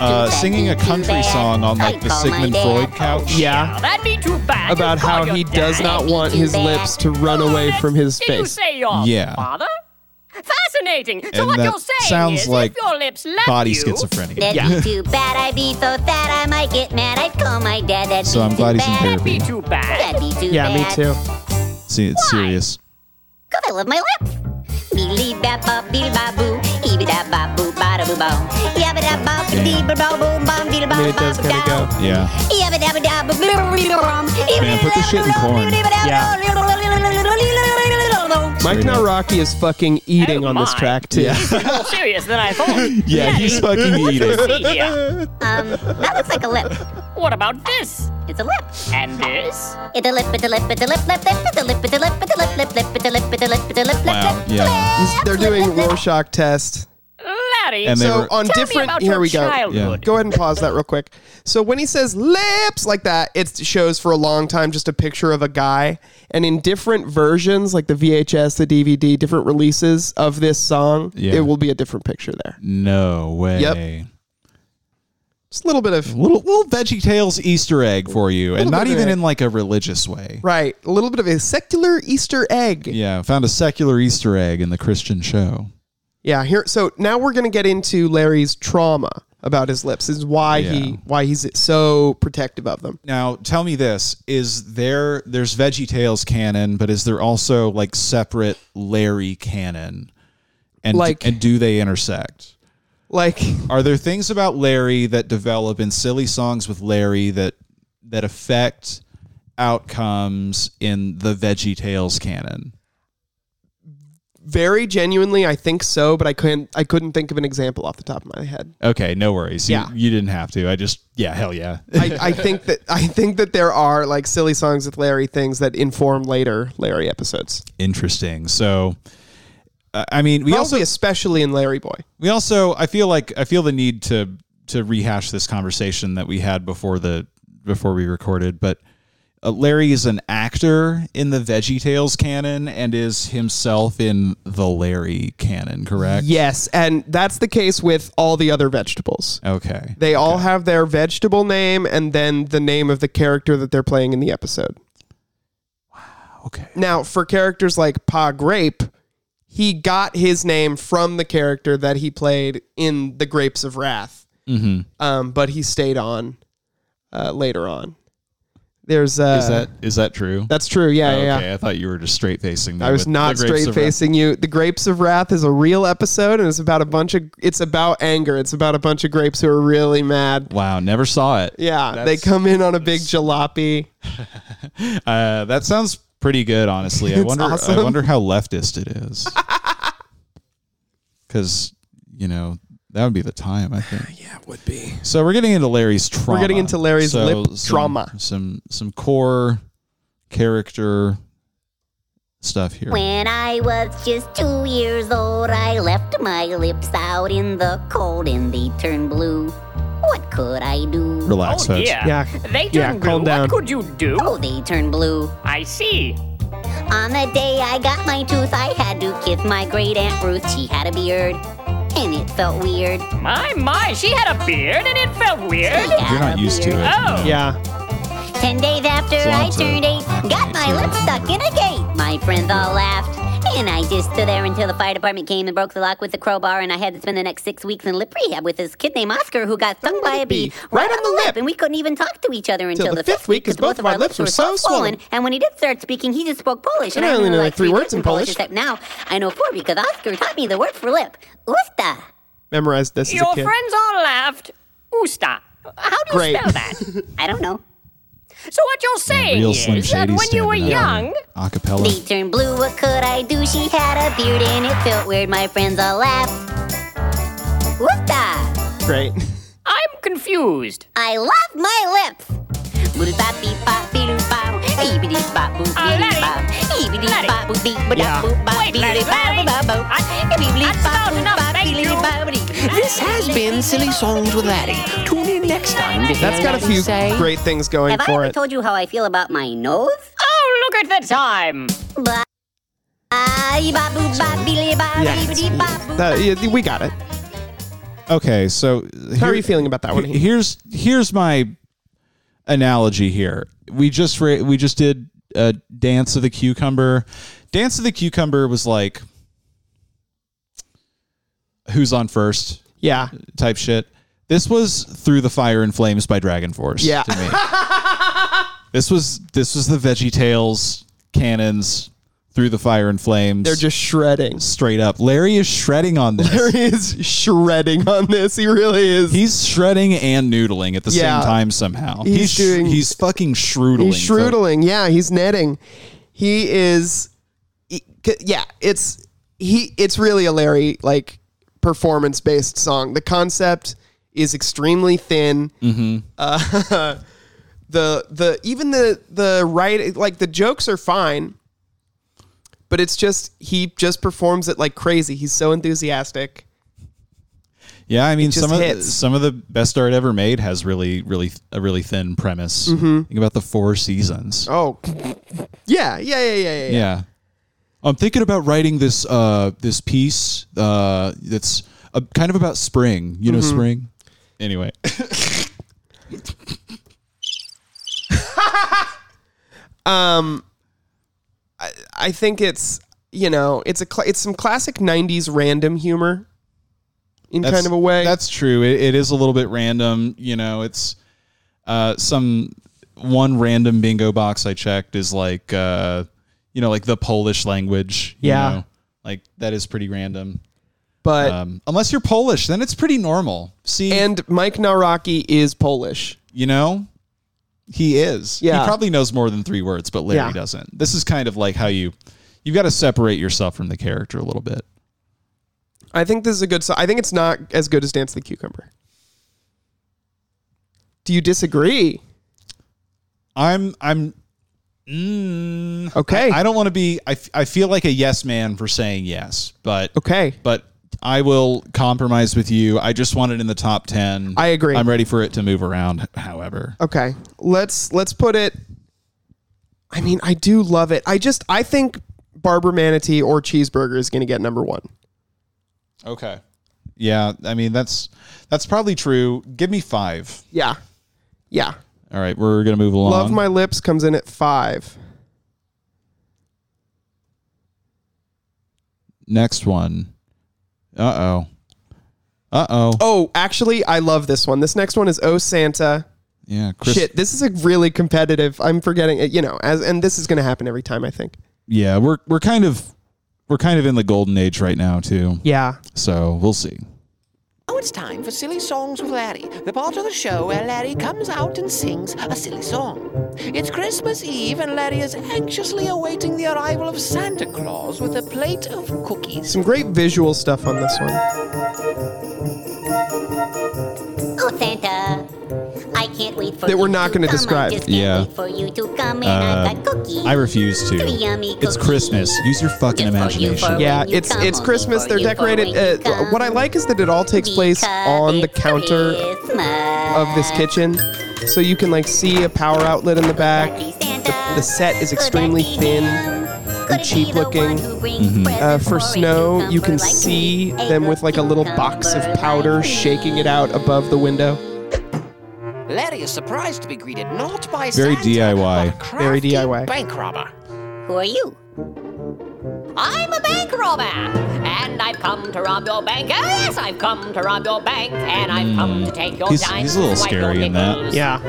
Speaker 1: uh, singing a country song on like the Sigmund Freud couch.
Speaker 2: Yeah,
Speaker 8: That'd be too bad.
Speaker 2: about
Speaker 8: You call
Speaker 2: how
Speaker 8: your
Speaker 2: he does
Speaker 8: dad.
Speaker 2: not want his lips to run away from his
Speaker 8: Did you
Speaker 2: face.
Speaker 8: say your
Speaker 1: Yeah.
Speaker 8: father? Fascinating. So
Speaker 1: And
Speaker 8: what
Speaker 1: that
Speaker 8: you're saying
Speaker 1: sounds
Speaker 8: is
Speaker 1: like
Speaker 8: if your lips left
Speaker 1: Body
Speaker 8: you,
Speaker 1: schizophrenia.
Speaker 5: That'd
Speaker 2: Yeah.
Speaker 5: be too bad. I'd be so sad. I might get mad. I'd call my dad. That'd
Speaker 1: So
Speaker 5: be
Speaker 1: I'm
Speaker 5: too
Speaker 1: glad he's in
Speaker 5: bad.
Speaker 1: therapy.
Speaker 8: be too bad.
Speaker 5: That'd be too
Speaker 2: Yeah,
Speaker 5: bad.
Speaker 2: me too.
Speaker 1: See, it's serious.
Speaker 5: Cause I love my lips. Billy bap bop, billy bop boo, eebie da bop boo, bada boo bom. Yabba da bop, dee ba bop boom bom, dee
Speaker 2: I
Speaker 5: bop
Speaker 2: mean, it does
Speaker 5: bop
Speaker 2: kind of
Speaker 5: down.
Speaker 2: go.
Speaker 1: Yeah. [laughs]
Speaker 5: Yabba dabba dabba, blah, blah, blah, blah, blah.
Speaker 1: Man, put the shit in corn.
Speaker 5: Yeah.
Speaker 2: Mike Naraki is fucking eating
Speaker 8: Oh
Speaker 2: on this
Speaker 8: my.
Speaker 2: track too.
Speaker 8: More serious than I thought.
Speaker 1: Yeah, he's fucking eating.
Speaker 8: [laughs] See
Speaker 2: [laughs]
Speaker 8: here.
Speaker 5: Um, that looks like a lip.
Speaker 8: What about this?
Speaker 5: It's a lip.
Speaker 8: And this?
Speaker 5: It's a lip, it's a lip, it's a lip, lip, lip, it's a lip, it's a lip, it's a lip, lip, lip, it's a lip, it's a lip, it's a lip, lip,
Speaker 1: Wow.
Speaker 5: lip.
Speaker 1: Yeah.
Speaker 2: He's- They're doing Rorschach test.
Speaker 8: Larry,
Speaker 1: And they
Speaker 2: So
Speaker 1: were
Speaker 2: on
Speaker 8: tell me
Speaker 2: different
Speaker 8: about
Speaker 2: here
Speaker 8: your
Speaker 2: we go.
Speaker 8: childhood.
Speaker 2: Go ahead and pause that real quick. So when he says lips like that, it shows for a long time just a picture of a guy. And in different versions, like the VHS, the DVD, different releases of this song,
Speaker 1: Yeah.
Speaker 2: it will be a different picture there.
Speaker 1: No way.
Speaker 2: Yep. Just a little bit of
Speaker 1: Little little Veggie Tales Easter egg for you, and
Speaker 2: Little
Speaker 1: not
Speaker 2: bit of
Speaker 1: even
Speaker 2: egg.
Speaker 1: in like a religious way.
Speaker 2: right, a little bit of a secular Easter egg.
Speaker 1: Yeah, found a secular Easter egg in the Christian show.
Speaker 2: Yeah, here. So now we're gonna get into Larry's trauma about his lips. Is why he
Speaker 1: Yeah.
Speaker 2: why he's so protective of them.
Speaker 1: Now, tell me this: Is there there's Veggie Tales canon, but is there also like separate Larry canon? And
Speaker 2: Like-
Speaker 1: and do they intersect?
Speaker 2: Like
Speaker 1: Are there things about Larry that develop in silly songs with Larry that that affect outcomes in the Veggie Tales canon?
Speaker 2: very genuinely, I think so, but I couldn't I couldn't think of an example off the top of my head.
Speaker 1: Okay, no worries. You,
Speaker 2: Yeah.
Speaker 1: you didn't have to. I just yeah, hell yeah. [laughs]
Speaker 2: I, I think that I think that there are like silly songs with Larry things that inform later Larry episodes.
Speaker 1: Interesting. So, uh, I mean, we
Speaker 2: Probably
Speaker 1: also
Speaker 2: especially in Larry Boy.
Speaker 1: we also I feel like I feel the need to to rehash this conversation that we had before the before we recorded, but uh, Larry is an actor in the VeggieTales canon and is himself in the Larry canon, correct?
Speaker 2: Yes, and that's the case with all the other vegetables.
Speaker 1: Okay.
Speaker 2: They all have their vegetable name and then the name of the character that they're playing in the episode.
Speaker 1: Okay.
Speaker 2: Now, for characters like Pa Grape, he got his name from the character that he played in The Grapes of Wrath,
Speaker 1: Mhm.
Speaker 2: um, but he stayed on uh, later on. There's uh,
Speaker 1: Is that is that true?
Speaker 2: that's true? Yeah,
Speaker 1: Oh,
Speaker 2: yeah.
Speaker 1: okay, I thought you were just straight facing me.
Speaker 2: I was
Speaker 1: with
Speaker 2: not
Speaker 1: the grapes
Speaker 2: straight
Speaker 1: of wrath.
Speaker 2: facing you. The Grapes of Wrath is a real episode, and it's about a bunch of it's about anger. It's about a bunch of grapes who are really mad.
Speaker 1: Wow, never saw it.
Speaker 2: Yeah, they
Speaker 1: That's-
Speaker 2: come in on a big jalopy.
Speaker 1: Uh, that sounds pretty good, honestly. I
Speaker 2: It's
Speaker 1: wonder.
Speaker 2: awesome.
Speaker 1: I wonder how leftist it
Speaker 2: [laughs]
Speaker 1: is. Because you know that would be the time. I think. Yeah, it would be. So we're getting into Larry's trauma.
Speaker 2: getting into Larry's lip
Speaker 1: some-
Speaker 2: trauma.
Speaker 1: Some some core character stuff here.
Speaker 5: When I was just two years old, I left my lips out in the cold and they turned blue. What could I do?
Speaker 1: Relax,
Speaker 8: Oh,
Speaker 1: folks.
Speaker 8: yeah.
Speaker 2: Yeah.
Speaker 1: Ah.
Speaker 8: They
Speaker 2: Yeah,
Speaker 8: turned
Speaker 2: calm
Speaker 8: blue.
Speaker 2: down.
Speaker 8: What could you do?
Speaker 5: Oh, they turned blue.
Speaker 8: I see.
Speaker 5: On the day I got my tooth, I had to kiss my great aunt Ruth. She had a beard, and it felt weird.
Speaker 8: My, my, she had a beard and it felt weird.
Speaker 5: She had
Speaker 1: You're not
Speaker 5: a
Speaker 1: used to it.
Speaker 5: beard.
Speaker 8: Oh.
Speaker 2: Yeah,
Speaker 5: Ten days after I
Speaker 1: Lots of-
Speaker 5: turned eight, got my lips stuck in a gate. My friends all laughed, and I just stood there until the fire department came and broke the lock with a crowbar, and I had to spend the next six weeks in lip rehab with this kid named Oscar who got stung by a bee right on the lip, and we couldn't even talk to each other until the, fifth week because both of our lips were so swollen. And when he did start speaking, he just spoke Polish, and I only knew like three words in Polish. Except now I know four because Oscar taught me the word for lip, usta.
Speaker 2: memorized this as
Speaker 8: Your
Speaker 2: a kid.
Speaker 8: friends all laughed. Usta. How do you
Speaker 2: Great.
Speaker 8: spell that?
Speaker 5: I don't know.
Speaker 8: so what you're saying
Speaker 1: Real
Speaker 8: is
Speaker 1: Slim
Speaker 8: that
Speaker 1: Shady
Speaker 8: when you were
Speaker 1: standing up
Speaker 8: young,
Speaker 1: in acapella.
Speaker 5: They turned blue, what could I do? She had a beard and it felt weird. My friends all laughed. Whoop da!
Speaker 2: Great.
Speaker 8: I'm confused.
Speaker 5: I love my lips! Boodoo bop beep bop beedoo bop. Eebidee bop boop
Speaker 8: Oh,
Speaker 5: beedoo
Speaker 8: Larry.
Speaker 5: bop. Eebidee
Speaker 8: Larry.
Speaker 5: bop boop beep ba da
Speaker 2: Yeah.
Speaker 5: boop bop.
Speaker 8: Wait, Larry,
Speaker 5: beedoo bop
Speaker 8: Larry.
Speaker 5: bop bop.
Speaker 8: I-
Speaker 5: Eebidee
Speaker 8: I've
Speaker 5: bop
Speaker 8: found
Speaker 5: boop
Speaker 8: enough,
Speaker 5: bop.
Speaker 8: thank
Speaker 5: Beedoo
Speaker 8: you.
Speaker 5: bop boodoo.
Speaker 7: This has been Silly Songs with Laddie. Tune in next time to hear
Speaker 2: That's got a
Speaker 7: Laddie
Speaker 2: few
Speaker 7: say-
Speaker 2: great things going
Speaker 5: Have I
Speaker 2: for
Speaker 5: ever
Speaker 2: it.
Speaker 5: told you how I feel about my nose?
Speaker 8: Oh, look at the time.
Speaker 5: But
Speaker 2: That- yeah, we got it.
Speaker 1: Okay, so
Speaker 2: How are you feeling about that one?
Speaker 1: he- Here's here's my analogy here. We just re- we just did uh, Dance of the Cucumber. Dance of the Cucumber was like who's on first?
Speaker 2: Yeah.
Speaker 1: Type shit. This was Through the Fire and Flames by Dragon Force
Speaker 2: Yeah.
Speaker 1: to me. [laughs] this was this was the Veggie Tales cannons Through the Fire and Flames.
Speaker 2: They're just shredding.
Speaker 1: straight up. Larry is shredding on this.
Speaker 2: There [laughs] he is shredding on this. He really is.
Speaker 1: He's shredding and noodling at the
Speaker 2: Yeah.
Speaker 1: same time somehow.
Speaker 2: He's
Speaker 1: He's sh-
Speaker 2: doing-
Speaker 1: he's fucking shroodling.
Speaker 2: He's shrewdling. Yeah, he's netting. He is. he- c- yeah, it's he. It's really a Larry like performance based song. The concept is extremely thin. Uh, [laughs] the the even the the right like the jokes are fine, but it's just he just performs it like crazy. He's so enthusiastic.
Speaker 1: yeah, I mean
Speaker 2: just
Speaker 1: some of the,
Speaker 2: hits.
Speaker 1: some of the best art ever made has really really a really thin premise. Think about the Four Seasons.
Speaker 2: Mm-hmm. Oh, [laughs] yeah, yeah, yeah, yeah, yeah.
Speaker 1: yeah.
Speaker 2: yeah.
Speaker 1: I'm thinking about writing this uh this piece uh that's uh kind of about spring, you know
Speaker 2: Mm-hmm.
Speaker 1: spring. Anyway,
Speaker 2: Um, I think it's you know it's a cl- it's some classic '90s random humor in kind of a way.
Speaker 1: That's true. It, it is a little bit random. You know, it's uh, some one random bingo box I checked is like uh, you know like the Polish language. you
Speaker 2: Yeah.
Speaker 1: know? like that is pretty random.
Speaker 2: but
Speaker 1: Um, unless you're Polish, then it's pretty normal. See,
Speaker 2: and Mike Naraki is Polish.
Speaker 1: you know. He is.
Speaker 2: Yeah.
Speaker 1: He probably knows more than three words, but Larry
Speaker 2: Yeah.
Speaker 1: doesn't. This is kind of like how you you've got to separate yourself from the character a little bit.
Speaker 2: I think this is a good. So- I think it's not as good as Dance of the Cucumber. Do you disagree?
Speaker 1: I'm I'm mm,
Speaker 2: Okay.
Speaker 1: I, I don't want to be I, f- I feel like a yes man for saying yes, but
Speaker 2: Okay.
Speaker 1: but I will compromise with you. I just want it in the top 10.
Speaker 2: I agree.
Speaker 1: I'm ready for it to move around, however.
Speaker 2: Okay. Let's let's put it. I mean, I do love it. I just I think Barbara Manatee or Cheeseburger is going to get number one.
Speaker 1: Okay. Yeah, I mean that's that's probably true. Give me 5.
Speaker 2: Yeah. Yeah.
Speaker 1: All right, we're going to move along.
Speaker 2: Love My Lips comes in at five.
Speaker 1: Next one. Uh-oh. Uh-oh.
Speaker 2: Oh, actually, I love this one. This next one is Oh Santa.
Speaker 1: Yeah, Chris
Speaker 2: Shit, this is a really competitive. I'm forgetting it, you know, as and this is going to happen every time, I think.
Speaker 1: Yeah, we're we're kind of we're kind of in the golden age right now too.
Speaker 2: Yeah.
Speaker 1: So, we'll see.
Speaker 7: Oh, it's time for Silly Songs with Larry, the part of the show where Larry comes out and sings a silly song. It's Christmas Eve, and Larry is anxiously awaiting the arrival of Santa Claus with a plate of cookies.
Speaker 2: Some great visual stuff on this one.
Speaker 5: Oh, Santa, I can't wait for
Speaker 2: That
Speaker 5: you
Speaker 2: we're not
Speaker 5: to
Speaker 2: gonna
Speaker 5: come. I
Speaker 2: describe. Uh,
Speaker 5: just can't
Speaker 1: Yeah.
Speaker 5: wait for you to come, and I've got cookies.
Speaker 1: I refuse to.
Speaker 5: Three yummy
Speaker 1: It's
Speaker 5: cookies.
Speaker 1: Christmas. Use your fucking
Speaker 5: Just for you, for
Speaker 1: imagination.
Speaker 5: you.
Speaker 2: Yeah,
Speaker 5: When
Speaker 2: it's
Speaker 5: come,
Speaker 2: it's
Speaker 5: only
Speaker 2: Christmas.
Speaker 5: for
Speaker 2: They're
Speaker 5: you, for
Speaker 2: decorated.
Speaker 5: when you
Speaker 2: Uh,
Speaker 5: come.
Speaker 2: what I like is that it all takes place
Speaker 5: Because
Speaker 2: on the
Speaker 5: it's
Speaker 2: counter
Speaker 5: Christmas.
Speaker 2: of this kitchen, so you can like see a power outlet in the back.
Speaker 5: Happy Santa.
Speaker 2: The set is extremely
Speaker 5: Could that be
Speaker 2: thin
Speaker 5: him? Could it be
Speaker 2: cheap
Speaker 5: the one
Speaker 2: looking.
Speaker 5: who brings presents
Speaker 2: Uh, for
Speaker 5: a
Speaker 2: snow, you
Speaker 5: cucumber
Speaker 2: can
Speaker 5: like me?
Speaker 2: see them with like a little box of
Speaker 5: cucumber
Speaker 2: powder
Speaker 5: like
Speaker 2: shaking it out above the window.
Speaker 7: Larry is surprised to be greeted not by
Speaker 1: Very
Speaker 7: Santa,
Speaker 1: DIY.
Speaker 7: but a crafty
Speaker 2: Very DIY.
Speaker 7: bank robber.
Speaker 5: me. Who are you?
Speaker 8: I'm a bank robber, and I've come to rob your bank. Oh, yes, I've come to rob your bank, and I've come to take your
Speaker 1: Hmm. He's-
Speaker 8: dimes.
Speaker 1: he's a little
Speaker 8: and wipe your
Speaker 1: scary in that.
Speaker 8: nickels.
Speaker 2: Yeah.
Speaker 8: So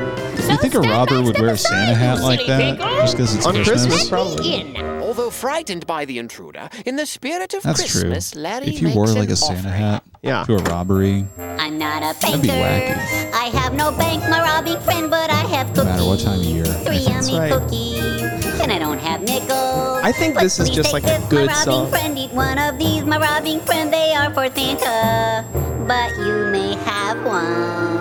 Speaker 1: You think a
Speaker 8: stand
Speaker 1: robber
Speaker 8: back,
Speaker 1: would
Speaker 8: step
Speaker 1: wear a
Speaker 8: aside,
Speaker 1: Santa
Speaker 8: you
Speaker 1: hat like
Speaker 8: silly
Speaker 1: that
Speaker 8: pickle.
Speaker 1: just because it's
Speaker 2: On Christmas,
Speaker 1: Christmas?
Speaker 2: probably.
Speaker 8: in.
Speaker 7: Although frightened by the intruder, in the spirit of
Speaker 1: That's true.
Speaker 7: Christmas, Larry
Speaker 1: If you
Speaker 7: makes
Speaker 1: wore
Speaker 7: an
Speaker 1: like a
Speaker 7: offering.
Speaker 1: Santa hat
Speaker 2: Yeah.
Speaker 1: to a robbery,
Speaker 5: I'm not a
Speaker 1: That'd be
Speaker 5: banker.
Speaker 1: wacky.
Speaker 5: I have no bank, my robbing friend, but I have cookies.
Speaker 1: No matter what time of year, I
Speaker 5: Three
Speaker 1: think that's
Speaker 5: yummy
Speaker 2: right.
Speaker 5: cookies, and I don't have nickels. I
Speaker 2: think this is just like a good
Speaker 5: my robbing
Speaker 2: song.
Speaker 5: friend, eat one of these, my robbing friend. They are for Santa, but you may have one.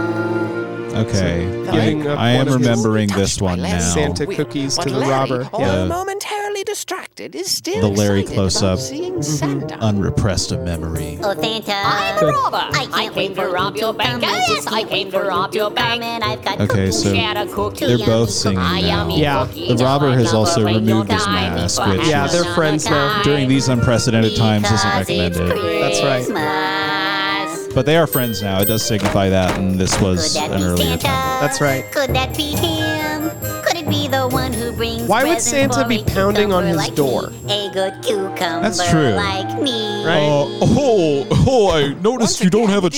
Speaker 1: okay.
Speaker 2: Giving
Speaker 1: I,
Speaker 2: up
Speaker 1: I am
Speaker 2: one of his
Speaker 1: remembering
Speaker 7: Touched
Speaker 1: this
Speaker 7: by
Speaker 1: one now.
Speaker 7: Larry's
Speaker 2: Santa cookies
Speaker 7: but
Speaker 2: to the
Speaker 7: Larry,
Speaker 2: robber.
Speaker 7: although
Speaker 1: Yeah.
Speaker 7: momentarily distracted, distracted is still
Speaker 1: The Larry Mm-hmm.
Speaker 7: excited
Speaker 1: close
Speaker 7: about
Speaker 1: up.
Speaker 7: seeing Santa.
Speaker 1: Unrepressed a memory.
Speaker 5: Oh, Santa.
Speaker 10: I'm a robber.
Speaker 5: I
Speaker 10: I,
Speaker 5: can't
Speaker 10: came
Speaker 5: wait for
Speaker 10: to rob
Speaker 5: you
Speaker 10: your
Speaker 5: to
Speaker 10: bank.
Speaker 5: come and
Speaker 10: Oh,
Speaker 5: to
Speaker 10: yes,
Speaker 5: see
Speaker 10: I
Speaker 5: you
Speaker 10: came to
Speaker 5: when
Speaker 10: rob
Speaker 5: you
Speaker 10: your
Speaker 5: come
Speaker 10: bank.
Speaker 5: and I've got
Speaker 1: Okay,
Speaker 5: cookies.
Speaker 1: so
Speaker 10: Share a cookie.
Speaker 1: they're
Speaker 10: and
Speaker 1: both
Speaker 10: eat
Speaker 1: singing
Speaker 10: some
Speaker 1: now.
Speaker 10: yummy
Speaker 2: Yeah.
Speaker 10: cookies.
Speaker 1: The robber
Speaker 10: Just
Speaker 1: has
Speaker 10: like
Speaker 1: also
Speaker 10: a friend
Speaker 1: removed
Speaker 10: you'll
Speaker 1: his
Speaker 10: die
Speaker 1: mask,
Speaker 10: before
Speaker 1: which-
Speaker 2: Yeah, they're
Speaker 10: another
Speaker 2: friends now.
Speaker 1: During these unprecedented times, isn't
Speaker 5: Because it's
Speaker 1: recommended.
Speaker 2: That's right.
Speaker 5: Christmas.
Speaker 1: But they are friends now. It does signify that, and this was
Speaker 5: Could that
Speaker 1: an
Speaker 5: be
Speaker 1: earlier
Speaker 5: Santa?
Speaker 1: time.
Speaker 2: That's right.
Speaker 5: Could that be him? Could it be the one who brings
Speaker 2: Why would
Speaker 5: presents
Speaker 2: Santa
Speaker 5: for
Speaker 2: be
Speaker 5: a
Speaker 2: pounding on
Speaker 5: cucumber
Speaker 2: his
Speaker 5: like
Speaker 2: door?
Speaker 5: Me, a good cucumber
Speaker 1: That's true.
Speaker 5: like me.
Speaker 2: Right?
Speaker 1: Uh, oh, oh! I noticed
Speaker 7: Once again, it is not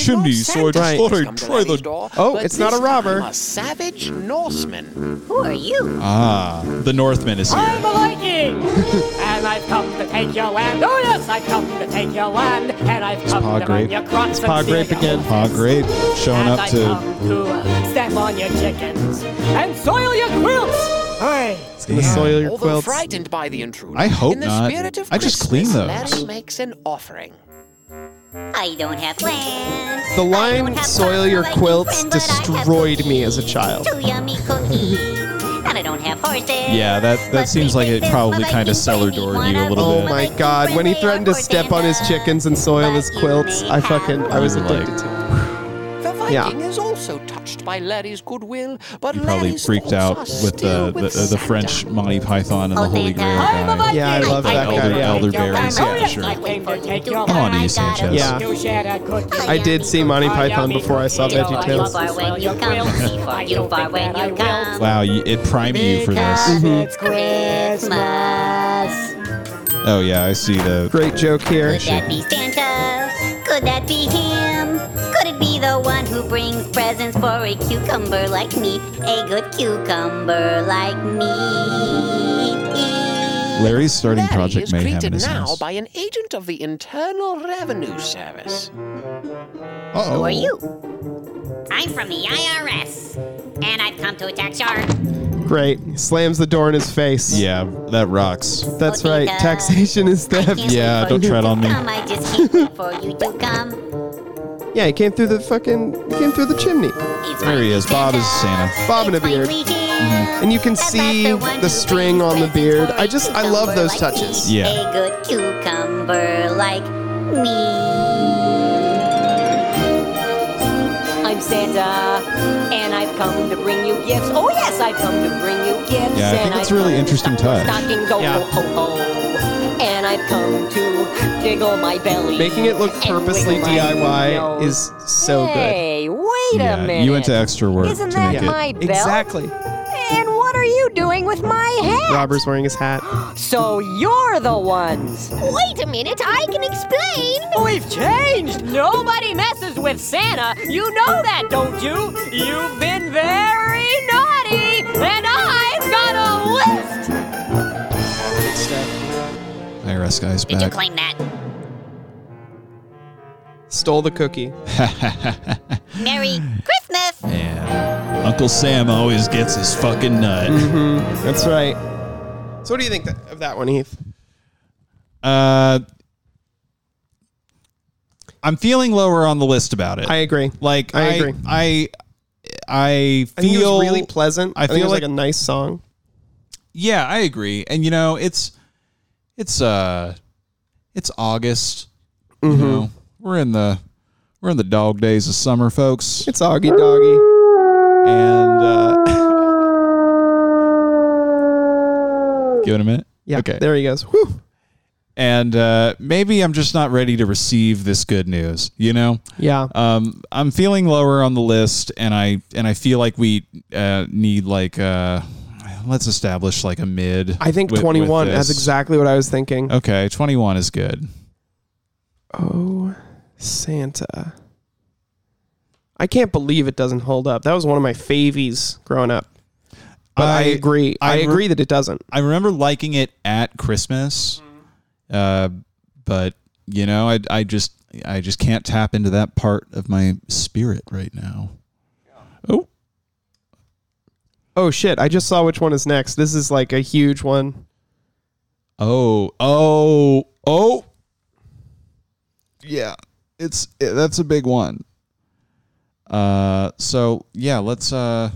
Speaker 7: Santa
Speaker 2: Right.
Speaker 7: who's come to Larry's door,
Speaker 2: Oh,
Speaker 7: but
Speaker 2: it's not
Speaker 7: this
Speaker 2: a robber.
Speaker 7: time A savage Norseman.
Speaker 5: Who are you?
Speaker 1: Ah, the Northman is here.
Speaker 8: I'm a
Speaker 2: [laughs]
Speaker 8: lightning, and I've come to take your wand. Oh yes, I've come to take your wand, and I've come
Speaker 1: Paw
Speaker 8: to
Speaker 1: Grape.
Speaker 8: run your crotch
Speaker 2: It's Paw Grape again.
Speaker 1: Ah, great! Showing
Speaker 8: And
Speaker 1: up
Speaker 8: I
Speaker 1: to.
Speaker 8: come to step on your chickens and soil your quilts. Aye.
Speaker 2: It's gonna soil your
Speaker 7: Although
Speaker 2: quilts.
Speaker 7: frightened by the intruder,
Speaker 1: I hope
Speaker 7: in the
Speaker 1: not.
Speaker 7: Spirit of
Speaker 1: I just
Speaker 7: Christmas,
Speaker 1: clean those.
Speaker 7: Larry makes an offering.
Speaker 5: I don't have plans.
Speaker 2: The
Speaker 5: I don't
Speaker 2: line
Speaker 5: have
Speaker 2: "Soil
Speaker 5: plans,
Speaker 2: Your
Speaker 5: but I do
Speaker 2: Quilts"
Speaker 5: friend, but I have
Speaker 2: destroyed me as a
Speaker 5: cookies.
Speaker 2: child.
Speaker 5: Two yummy cookies. and I don't have horses.
Speaker 1: Yeah, that that
Speaker 5: But
Speaker 1: seems
Speaker 5: they
Speaker 1: like
Speaker 5: think
Speaker 1: it
Speaker 5: there's
Speaker 1: probably
Speaker 5: my
Speaker 1: kind of
Speaker 5: Viking
Speaker 1: cellar
Speaker 5: friend,
Speaker 1: doored
Speaker 5: one
Speaker 1: you a
Speaker 5: of
Speaker 1: little
Speaker 2: Oh
Speaker 1: bit.
Speaker 2: my
Speaker 5: Like
Speaker 2: god,
Speaker 5: you
Speaker 2: when he
Speaker 5: really
Speaker 2: threatened to
Speaker 5: are
Speaker 2: step on his
Speaker 5: Santa,
Speaker 2: chickens and soil his
Speaker 5: but you
Speaker 2: quilts,
Speaker 5: may
Speaker 2: I fucking I was
Speaker 1: have
Speaker 2: addicted to him.
Speaker 7: The
Speaker 2: Yeah.
Speaker 7: Viking is also touched by Larry's goodwill, but
Speaker 1: You probably
Speaker 7: Larry's
Speaker 1: freaked out
Speaker 7: thoughts are
Speaker 1: with
Speaker 7: still
Speaker 1: the the,
Speaker 7: with
Speaker 1: uh, the
Speaker 7: Santa.
Speaker 1: French Monty Python and the
Speaker 5: Oh,
Speaker 1: Holy
Speaker 5: Santa.
Speaker 1: Grail
Speaker 5: I'm a
Speaker 1: guy.
Speaker 2: Yeah, I love that
Speaker 1: elder-
Speaker 2: guy. Yeah.
Speaker 1: elderberries, yeah,
Speaker 8: Oh, yes,
Speaker 1: sure.
Speaker 8: I came to take your
Speaker 1: Come on,
Speaker 8: wand.
Speaker 1: Ian Sanchez.
Speaker 2: Yeah.
Speaker 8: You shed a good
Speaker 2: I did see Monty Python before I saw VeggieTales.
Speaker 5: Far when you come, see far you far when you come.
Speaker 1: Wow, you- it primed you for this.
Speaker 5: Because
Speaker 2: Mm-hmm.
Speaker 5: it's Christmas.
Speaker 1: Oh yeah, I see the.
Speaker 2: Great joke here.
Speaker 5: Could that be Santa? Could that be him? Could it be the one who brings presents for a cucumber like me? A good cucumber like me.
Speaker 1: Larry's starting
Speaker 7: Larry
Speaker 1: Project
Speaker 7: is
Speaker 1: Mayhem
Speaker 7: greeted
Speaker 1: in his
Speaker 7: now
Speaker 1: house.
Speaker 7: by an agent of the Internal Revenue Service.
Speaker 1: Uh-oh.
Speaker 5: Who are you?
Speaker 10: I'm from the IRS, and I've come to attack your.
Speaker 2: Great. He slams the door in his face.
Speaker 1: Yeah, that rocks.
Speaker 2: That's
Speaker 5: Oh,
Speaker 2: right.
Speaker 5: Santa.
Speaker 2: Taxation is
Speaker 5: I
Speaker 2: theft.
Speaker 5: can't
Speaker 1: Yeah,
Speaker 5: wait for
Speaker 1: don't
Speaker 5: you
Speaker 1: tread
Speaker 5: to
Speaker 1: on me.
Speaker 5: Come, I just can't wait for you to come.
Speaker 2: Yeah, he came through the fucking he came through the chimney.
Speaker 5: It's
Speaker 1: There he is. Bob is Santa.
Speaker 2: Bob in a beard. And you can see the string on the beard. I just I love those touches.
Speaker 1: Yeah.
Speaker 5: A good cucumber like me.
Speaker 11: I'm Santa, and I've come to bring you gifts. Oh yes, I've come to bring you gifts.
Speaker 1: Yeah, I think
Speaker 11: and
Speaker 1: it's
Speaker 11: I've
Speaker 1: really
Speaker 11: come to
Speaker 1: interesting
Speaker 11: stuff your
Speaker 1: touch.
Speaker 11: Stocking, go
Speaker 2: Yeah.
Speaker 11: ho ho ho. And I've come to jiggle my belly.
Speaker 2: Making it look
Speaker 11: and
Speaker 2: purposely
Speaker 11: wiggle my
Speaker 2: DIY
Speaker 11: nose.
Speaker 2: is so good.
Speaker 11: Hey, wait a
Speaker 1: Yeah,
Speaker 11: minute.
Speaker 1: you went to extra work
Speaker 11: Isn't
Speaker 1: to
Speaker 11: that
Speaker 1: make it.
Speaker 11: my belt?
Speaker 2: Exactly.
Speaker 11: And what are you doing with my hat?
Speaker 2: Robber's wearing his hat.
Speaker 11: So you're the ones.
Speaker 10: Wait a minute, I can explain.
Speaker 11: We've changed! Nobody messes with Santa! You know that, don't you? You've been very naughty, and I've got a list!
Speaker 1: IRS guy's
Speaker 10: Did you
Speaker 1: back.
Speaker 10: claim that?
Speaker 2: Stole the cookie.
Speaker 10: Merry Christmas.
Speaker 1: Man, Uncle Sam always gets his fucking nut.
Speaker 2: That's right. So what do you think tha- of that one, Heath?
Speaker 1: [laughs] Uh, I'm feeling lower on the list about it.
Speaker 2: I agree.
Speaker 1: like
Speaker 2: I
Speaker 1: I
Speaker 2: agree.
Speaker 1: I I
Speaker 2: I think it
Speaker 1: feel
Speaker 2: was really pleasant.
Speaker 1: I
Speaker 2: I, think it
Speaker 1: feel
Speaker 2: was like,
Speaker 1: like-
Speaker 2: a nice song.
Speaker 1: Yeah, I agree. And you know, it's it's uh it's August.
Speaker 2: Mm-hmm.
Speaker 1: You know, we're in the we're in the dog days of summer, folks.
Speaker 2: It's Augie Doggy.
Speaker 1: And uh [laughs] Give it a minute.
Speaker 2: Yeah.
Speaker 1: Okay.
Speaker 2: There he goes. Whew.
Speaker 1: And uh maybe I'm just not ready to receive this good news, you know?
Speaker 2: Yeah.
Speaker 1: Um I'm feeling lower on the list and I and I feel like we uh need like uh let's establish like a mid.
Speaker 2: I think
Speaker 1: with- with
Speaker 2: 21. That's
Speaker 1: this. Oh.
Speaker 2: exactly what I was thinking.
Speaker 1: Okay, 21 is good.
Speaker 2: Oh, Santa. I can't believe it doesn't hold up. That was one of my favies growing up. But I,
Speaker 1: I-
Speaker 2: agree. I,
Speaker 1: I re-
Speaker 2: agree that it doesn't.
Speaker 1: I remember liking it at Christmas,
Speaker 2: Mm-hmm.
Speaker 1: uh, but you know, I I just I just can't tap into that part of my spirit right now. Oh,
Speaker 2: Oh shit, I just saw which one is next. This is like a huge one.
Speaker 1: oh, oh, oh! Yeah, it's it, that's a big one. Uh, so yeah, let's uh,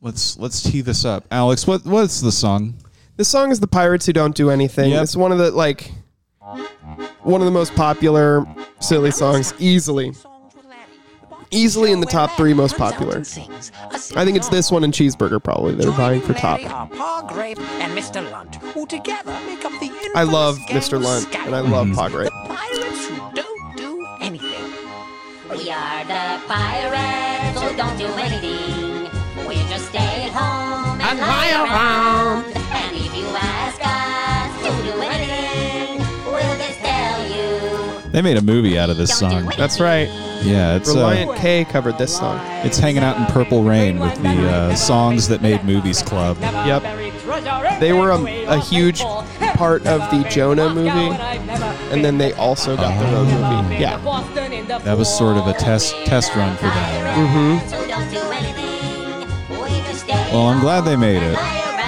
Speaker 1: let's let's tee this up, Alex. What what's the song?
Speaker 2: This song is the Pirates Who Don't Do Anything.
Speaker 1: Yep.
Speaker 2: It's one of the like one of the most popular silly songs easily. Easily in the top three most popular. I think it's this one and Cheeseburger probably that are vying for top.
Speaker 7: Larry, our Pa Grape, and Mr. Lunt, who together make up the
Speaker 2: I love
Speaker 7: infamous
Speaker 2: Mr.
Speaker 7: gang
Speaker 2: Lunt
Speaker 7: of
Speaker 2: and I love
Speaker 1: Mm-hmm.
Speaker 7: scallywags,
Speaker 2: Pogray.
Speaker 7: The pirates who don't do anything.
Speaker 5: We are the pirates who don't do anything. We just stay at home and, lie around. And if you ask us to do anything, we'll just tell you.
Speaker 1: They made a movie out of this song.
Speaker 2: That's right.
Speaker 1: Yeah, it's
Speaker 2: Reliant
Speaker 1: uh,
Speaker 2: K covered this song.
Speaker 1: it's hanging out in Purple Rain with the uh, songs that made movies club.
Speaker 2: Yep. They were a, a huge part of the Jonah movie, and then they also got their own
Speaker 1: Oh.
Speaker 2: movie. Yeah.
Speaker 1: That was sort of a test test run for them.
Speaker 2: Mm-hmm.
Speaker 5: So don't do anything. We just stay at
Speaker 1: Well, I'm glad they made it.
Speaker 5: home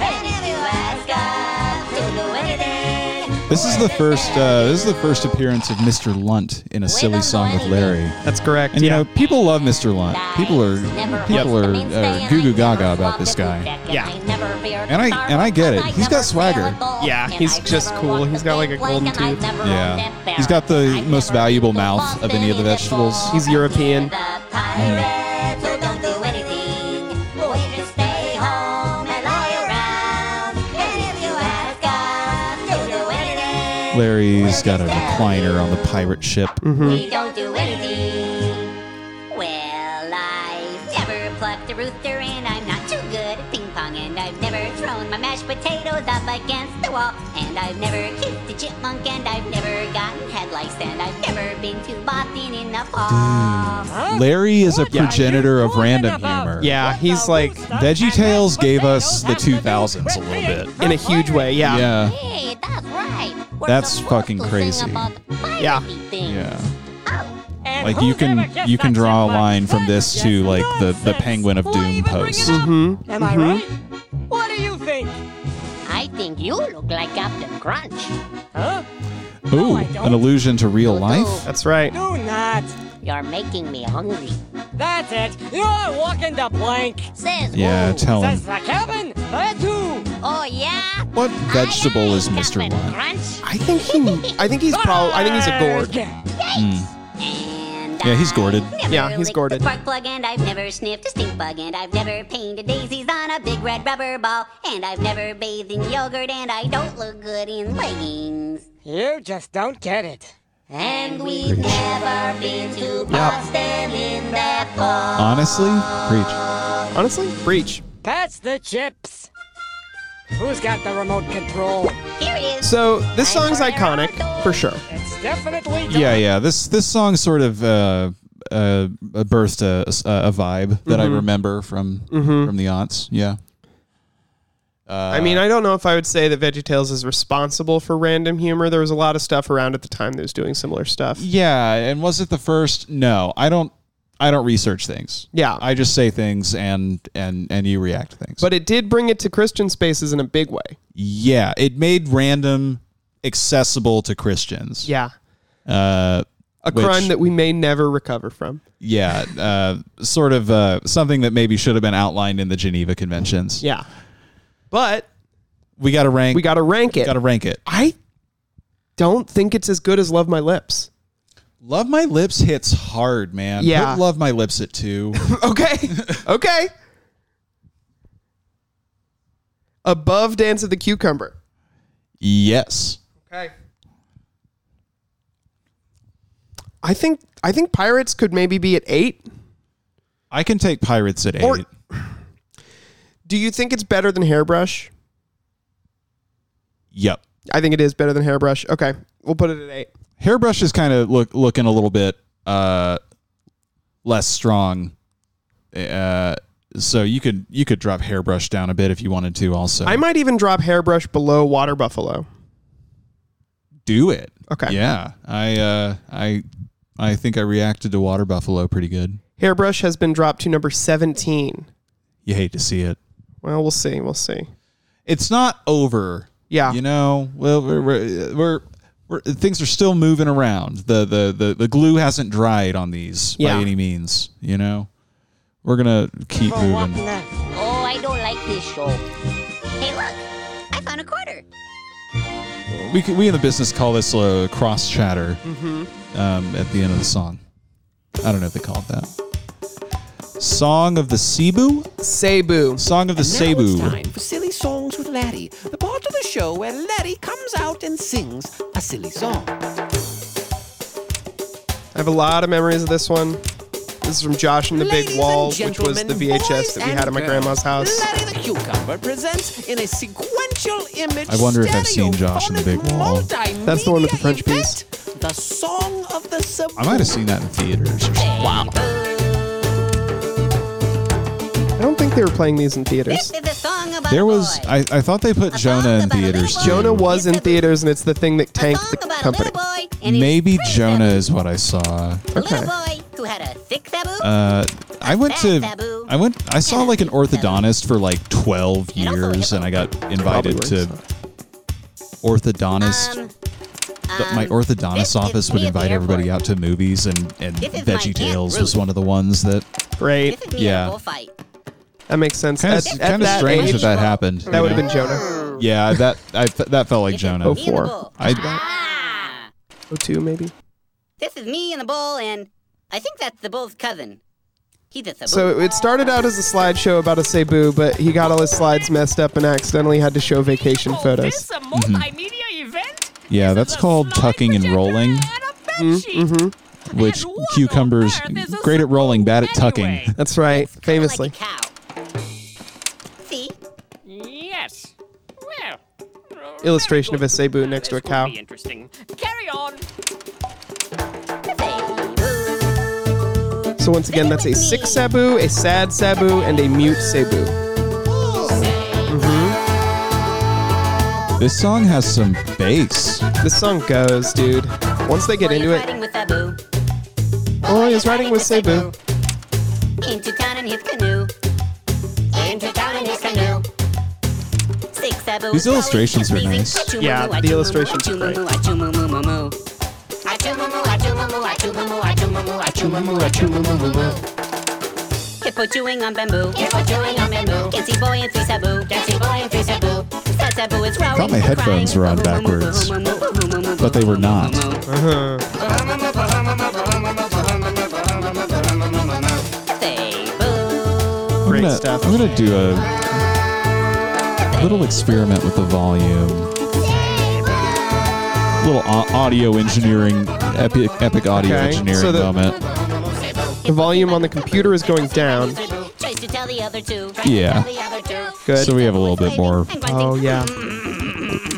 Speaker 5: and if you ask us to do anything,
Speaker 1: This is the first uh, this is the first appearance of Mr. Lunt in a silly song with Larry.
Speaker 2: That's correct.
Speaker 1: And you know, people love Mr. Lunt. People are people are uh, goo goo gaga about this guy.
Speaker 2: Yeah.
Speaker 5: never be
Speaker 1: And I and I get it. He's got swagger.
Speaker 2: Yeah, he's just cool. He's got like a golden tooth.
Speaker 1: Yeah. He's got the most valuable mouth of any of the vegetables.
Speaker 2: He's European.
Speaker 5: pirates who don't do anything. We just stay home and lie around. And if you ask us to do anything,
Speaker 1: Larry's got a recliner on the pirate ship.
Speaker 2: Mm-hmm.
Speaker 5: we don't do anything. Well, I've never plucked a rooster and I'm not too good at ping pong. And I've never thrown my mashed potatoes up against the wall. And I've never kissed a chipmunk and I've never gotten headlights. And I've never been to Boston in the fall.
Speaker 1: Larry is a
Speaker 2: Yeah.
Speaker 1: progenitor of Random Hammer.
Speaker 2: Yeah, he's like
Speaker 1: VeggieTales gave us the 2000s a little bit.
Speaker 2: in a huge way. Yeah.
Speaker 1: Yeah.
Speaker 5: Hey, that's right. We're
Speaker 1: That's
Speaker 5: supposed
Speaker 1: fucking
Speaker 5: to sing
Speaker 1: crazy.
Speaker 5: about the pirate
Speaker 2: Yeah.
Speaker 5: thing.
Speaker 1: Yeah. Like you can you can draw a line from this to like the the Penguin of Doom post.
Speaker 2: Mm-hmm.
Speaker 10: Am I right? What do you think?
Speaker 5: I think you look like Captain Crunch.
Speaker 10: Huh?
Speaker 1: Ooh, an allusion to real life.
Speaker 2: That's right.
Speaker 10: Do not.
Speaker 5: You're making me hungry.
Speaker 10: That's it. You're walking the plank.
Speaker 5: Says
Speaker 1: Yeah,
Speaker 5: who?
Speaker 1: tell
Speaker 10: Says
Speaker 1: him.
Speaker 10: the cabin. That's who.
Speaker 5: Oh yeah.
Speaker 1: What vegetable
Speaker 5: Aye,
Speaker 1: is
Speaker 5: aye,
Speaker 1: Mr.
Speaker 5: Captain
Speaker 1: Lunt?
Speaker 5: Crunch.
Speaker 2: I think he. I think he's probably. I think he's a gourd.
Speaker 5: And
Speaker 1: Yeah, he's gourded.
Speaker 5: I've
Speaker 2: Yeah,
Speaker 5: never
Speaker 2: he's
Speaker 5: licked
Speaker 2: gourded.
Speaker 5: A spark plug, and I've never sniffed a stink bug, and I've never painted daisies on a big red rubber ball, and I've never bathed in yogurt, and I don't look good in leggings.
Speaker 10: You just don't get it.
Speaker 5: And we've never been to Boston in the fall.
Speaker 1: Honestly, preach.
Speaker 2: Honestly, breach.
Speaker 10: Pass the chips. Who's got the remote control?
Speaker 5: Here it is.
Speaker 2: So this song's iconic for sure.
Speaker 10: It's definitely.
Speaker 1: Yeah, yeah. This this song sort of uh, uh, birthed a, a vibe that
Speaker 2: Mm-hmm.
Speaker 1: I remember from from the aunts. Yeah.
Speaker 2: I mean, I don't know if I would say that VeggieTales is responsible for random humor. There was a lot of stuff around at the time that was doing similar stuff.
Speaker 1: Yeah, and was it the first? No, I don't. I don't research things.
Speaker 2: Yeah.
Speaker 1: I just say things and and and you react to things.
Speaker 2: But it did bring it to Christian spaces in a big way.
Speaker 1: yeah, it made random accessible to Christians.
Speaker 2: Yeah.
Speaker 1: Uh,
Speaker 2: A
Speaker 1: Which-
Speaker 2: crime that we may never recover from.
Speaker 1: yeah. Uh, sort of uh, something that maybe should have been outlined in the Geneva Conventions.
Speaker 2: Yeah. But
Speaker 1: we got to rank.
Speaker 2: we got to rank it.
Speaker 1: got to rank it.
Speaker 2: I don't think it's as good as Love My Lips.
Speaker 1: Love My Lips hits hard, man.
Speaker 2: Yeah.
Speaker 1: Put Love My Lips at
Speaker 2: [laughs]
Speaker 1: two.
Speaker 2: okay. Okay. Above Dance of the Cucumber.
Speaker 1: yes.
Speaker 2: Okay. I think I think Pirates could maybe be at 8.
Speaker 1: I can take Pirates at eight.
Speaker 2: Or- Do you think it's better than Hairbrush?
Speaker 1: yep.
Speaker 2: I think it is better than Hairbrush. Okay. We'll put it at 8.
Speaker 1: hairbrush is kind of look looking a little bit uh less strong uh so you could you could drop hairbrush down a bit if you wanted to also
Speaker 2: I might even drop Hairbrush below Water Buffalo.
Speaker 1: do it
Speaker 2: Okay.
Speaker 1: yeah i uh i i think i reacted to water buffalo pretty good
Speaker 2: Hairbrush has been dropped to number 17.
Speaker 1: you hate to see it
Speaker 2: Well, we'll see. We'll see.
Speaker 1: it's not over
Speaker 2: Yeah.
Speaker 1: you know well we're we're, we're we're, things are still moving around. The, the the the glue hasn't dried on these
Speaker 2: Yeah.
Speaker 1: by any means. You know, we're gonna keep moving.
Speaker 5: Oh, I don't like this show. Hey, look. on a quarter.
Speaker 1: We c we in the business call this uh, cross chatter um, at the end of the song. I don't know if they call it that. Song of the Cebu.
Speaker 2: Cebu.
Speaker 1: Song of the
Speaker 7: now it's
Speaker 1: Cebu.
Speaker 7: time for silly songs with Laddie, the part of the show where Laddie comes out and sings a silly song.
Speaker 2: I have a lot of memories of this one. This is from Josh and the Big
Speaker 7: Ladies
Speaker 2: Wall,
Speaker 7: and
Speaker 2: which was the
Speaker 7: gentlemen,
Speaker 2: VHS
Speaker 7: boys
Speaker 2: that we
Speaker 7: and
Speaker 2: had at my
Speaker 7: girls,
Speaker 2: grandma's house.
Speaker 7: Larry the Cucumber presents in a sequential image.
Speaker 1: I wonder if I've seen Josh in the Big Wall.
Speaker 7: stereotype
Speaker 2: That's the one with the French piece.
Speaker 7: The song of the sub.
Speaker 1: I might have seen that in theaters or something. Wow.
Speaker 2: I don't think they were playing these in theaters.
Speaker 5: This is a song about
Speaker 1: There
Speaker 5: a
Speaker 1: was
Speaker 5: boy.
Speaker 1: I, I thought they put Jonah in theaters. Too.
Speaker 2: Jonah was in theaters, and it's the thing that
Speaker 5: a
Speaker 2: tanked
Speaker 5: song
Speaker 2: the
Speaker 5: about
Speaker 2: company.
Speaker 5: a little boy and his
Speaker 1: Maybe
Speaker 5: three
Speaker 1: Jonah
Speaker 5: taboo.
Speaker 1: is what I saw.
Speaker 5: A
Speaker 2: Okay.
Speaker 5: little boy who had a thick taboo.
Speaker 1: Uh, I went to I went I saw like an orthodontist for like 12 years and I got invited to orthodontist
Speaker 5: um,
Speaker 1: But my
Speaker 5: um, this
Speaker 1: orthodontist
Speaker 5: is
Speaker 1: office would
Speaker 5: me at the
Speaker 1: invite everybody
Speaker 5: airport.
Speaker 1: out to movies, and and
Speaker 5: This is my
Speaker 1: Veggie
Speaker 5: Aunt
Speaker 1: Tales
Speaker 5: Ruth.
Speaker 1: was one of the ones that
Speaker 2: Great.
Speaker 5: This is me at a
Speaker 1: yeah.
Speaker 5: bullfight.
Speaker 2: That makes sense.
Speaker 1: kind of
Speaker 2: At- at
Speaker 1: kind of
Speaker 2: that
Speaker 1: strange
Speaker 2: age,
Speaker 1: that that happened.
Speaker 2: That would have been Jonah.
Speaker 1: been yeah that I fe- that felt like Jonah.
Speaker 2: Oh, four.
Speaker 1: I
Speaker 2: Oh, two maybe.
Speaker 5: Ah, This is me and the bull, and I think that's the bull's cousin. He's a taboo.
Speaker 2: So it started out as a slideshow about a Cebu, but he got all his slides messed up and accidentally had to show vacation photos.
Speaker 8: Oh, This a multimedia event?
Speaker 1: yeah Mm-hmm. that's called tucking and rolling,
Speaker 8: And a bed sheet.
Speaker 2: Mm-hmm.
Speaker 1: which
Speaker 8: And what on
Speaker 1: cucumbers
Speaker 8: earth is a
Speaker 1: great at rolling, bad at tucking.
Speaker 8: anyway?
Speaker 2: That's right,
Speaker 5: Kinda
Speaker 2: famously.
Speaker 5: Like a cow. See?
Speaker 8: Yes. Well.
Speaker 2: Illustration of a
Speaker 8: very good.
Speaker 2: Cebu next to a
Speaker 8: This could
Speaker 2: cow.
Speaker 8: be interesting. Carry on.
Speaker 2: So once again, that's a sick Cebu, a sad Cebu, and a mute Cebu.
Speaker 1: This song has some bass.
Speaker 2: This song goes, dude. Once they get
Speaker 5: Boy is
Speaker 2: into it,
Speaker 5: riding with taboo.
Speaker 2: oh, he's riding with Cebu.
Speaker 5: Into town in his canoe. Into town in his canoe. Six taboo.
Speaker 1: These illustrations are nice.
Speaker 2: Yeah, the illustrations are great.
Speaker 5: Hippo chewing on bamboo. Hippo chewing on bamboo. Can see boy in three taboo. Can see boy in three taboo. That taboo is growing.
Speaker 1: Thought my headphones were on backwards, but they were not. I'm
Speaker 2: Great
Speaker 1: gonna,
Speaker 2: stuff.
Speaker 1: I'm gonna do a little experiment with the volume. Little au- audio engineering, epic, epic audio
Speaker 2: Okay,
Speaker 1: engineering
Speaker 2: so the-
Speaker 1: moment.
Speaker 2: The volume on the computer is going down.
Speaker 5: Tries to tell the other two. Tries
Speaker 1: Yeah.
Speaker 5: to tell the other two.
Speaker 2: Good.
Speaker 1: So we have a little bit more
Speaker 2: Oh yeah.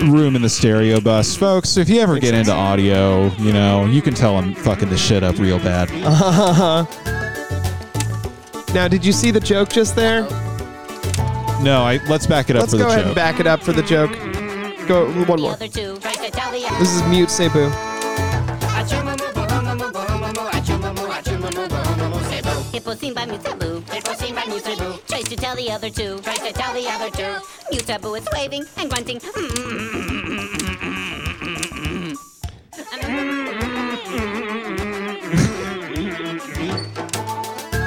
Speaker 1: room in the stereo bus, folks. If you ever get into audio, you know you can tell I'm fucking the shit up real
Speaker 2: [laughs]
Speaker 1: bad.
Speaker 2: Now, did you see the joke just there?
Speaker 1: No, I let's back it up
Speaker 2: Let's
Speaker 1: for
Speaker 2: go
Speaker 1: the
Speaker 2: ahead
Speaker 1: show.
Speaker 2: and back it up for the joke. Go one
Speaker 5: The
Speaker 2: more.
Speaker 5: other two tries to tell the other
Speaker 2: This is mute Cebu.
Speaker 5: Hippo seen by Mutabu. Hippo seen by Mutabu. Tries to tell the other two. Tries to tell the other two. Mutabu is waving and grunting.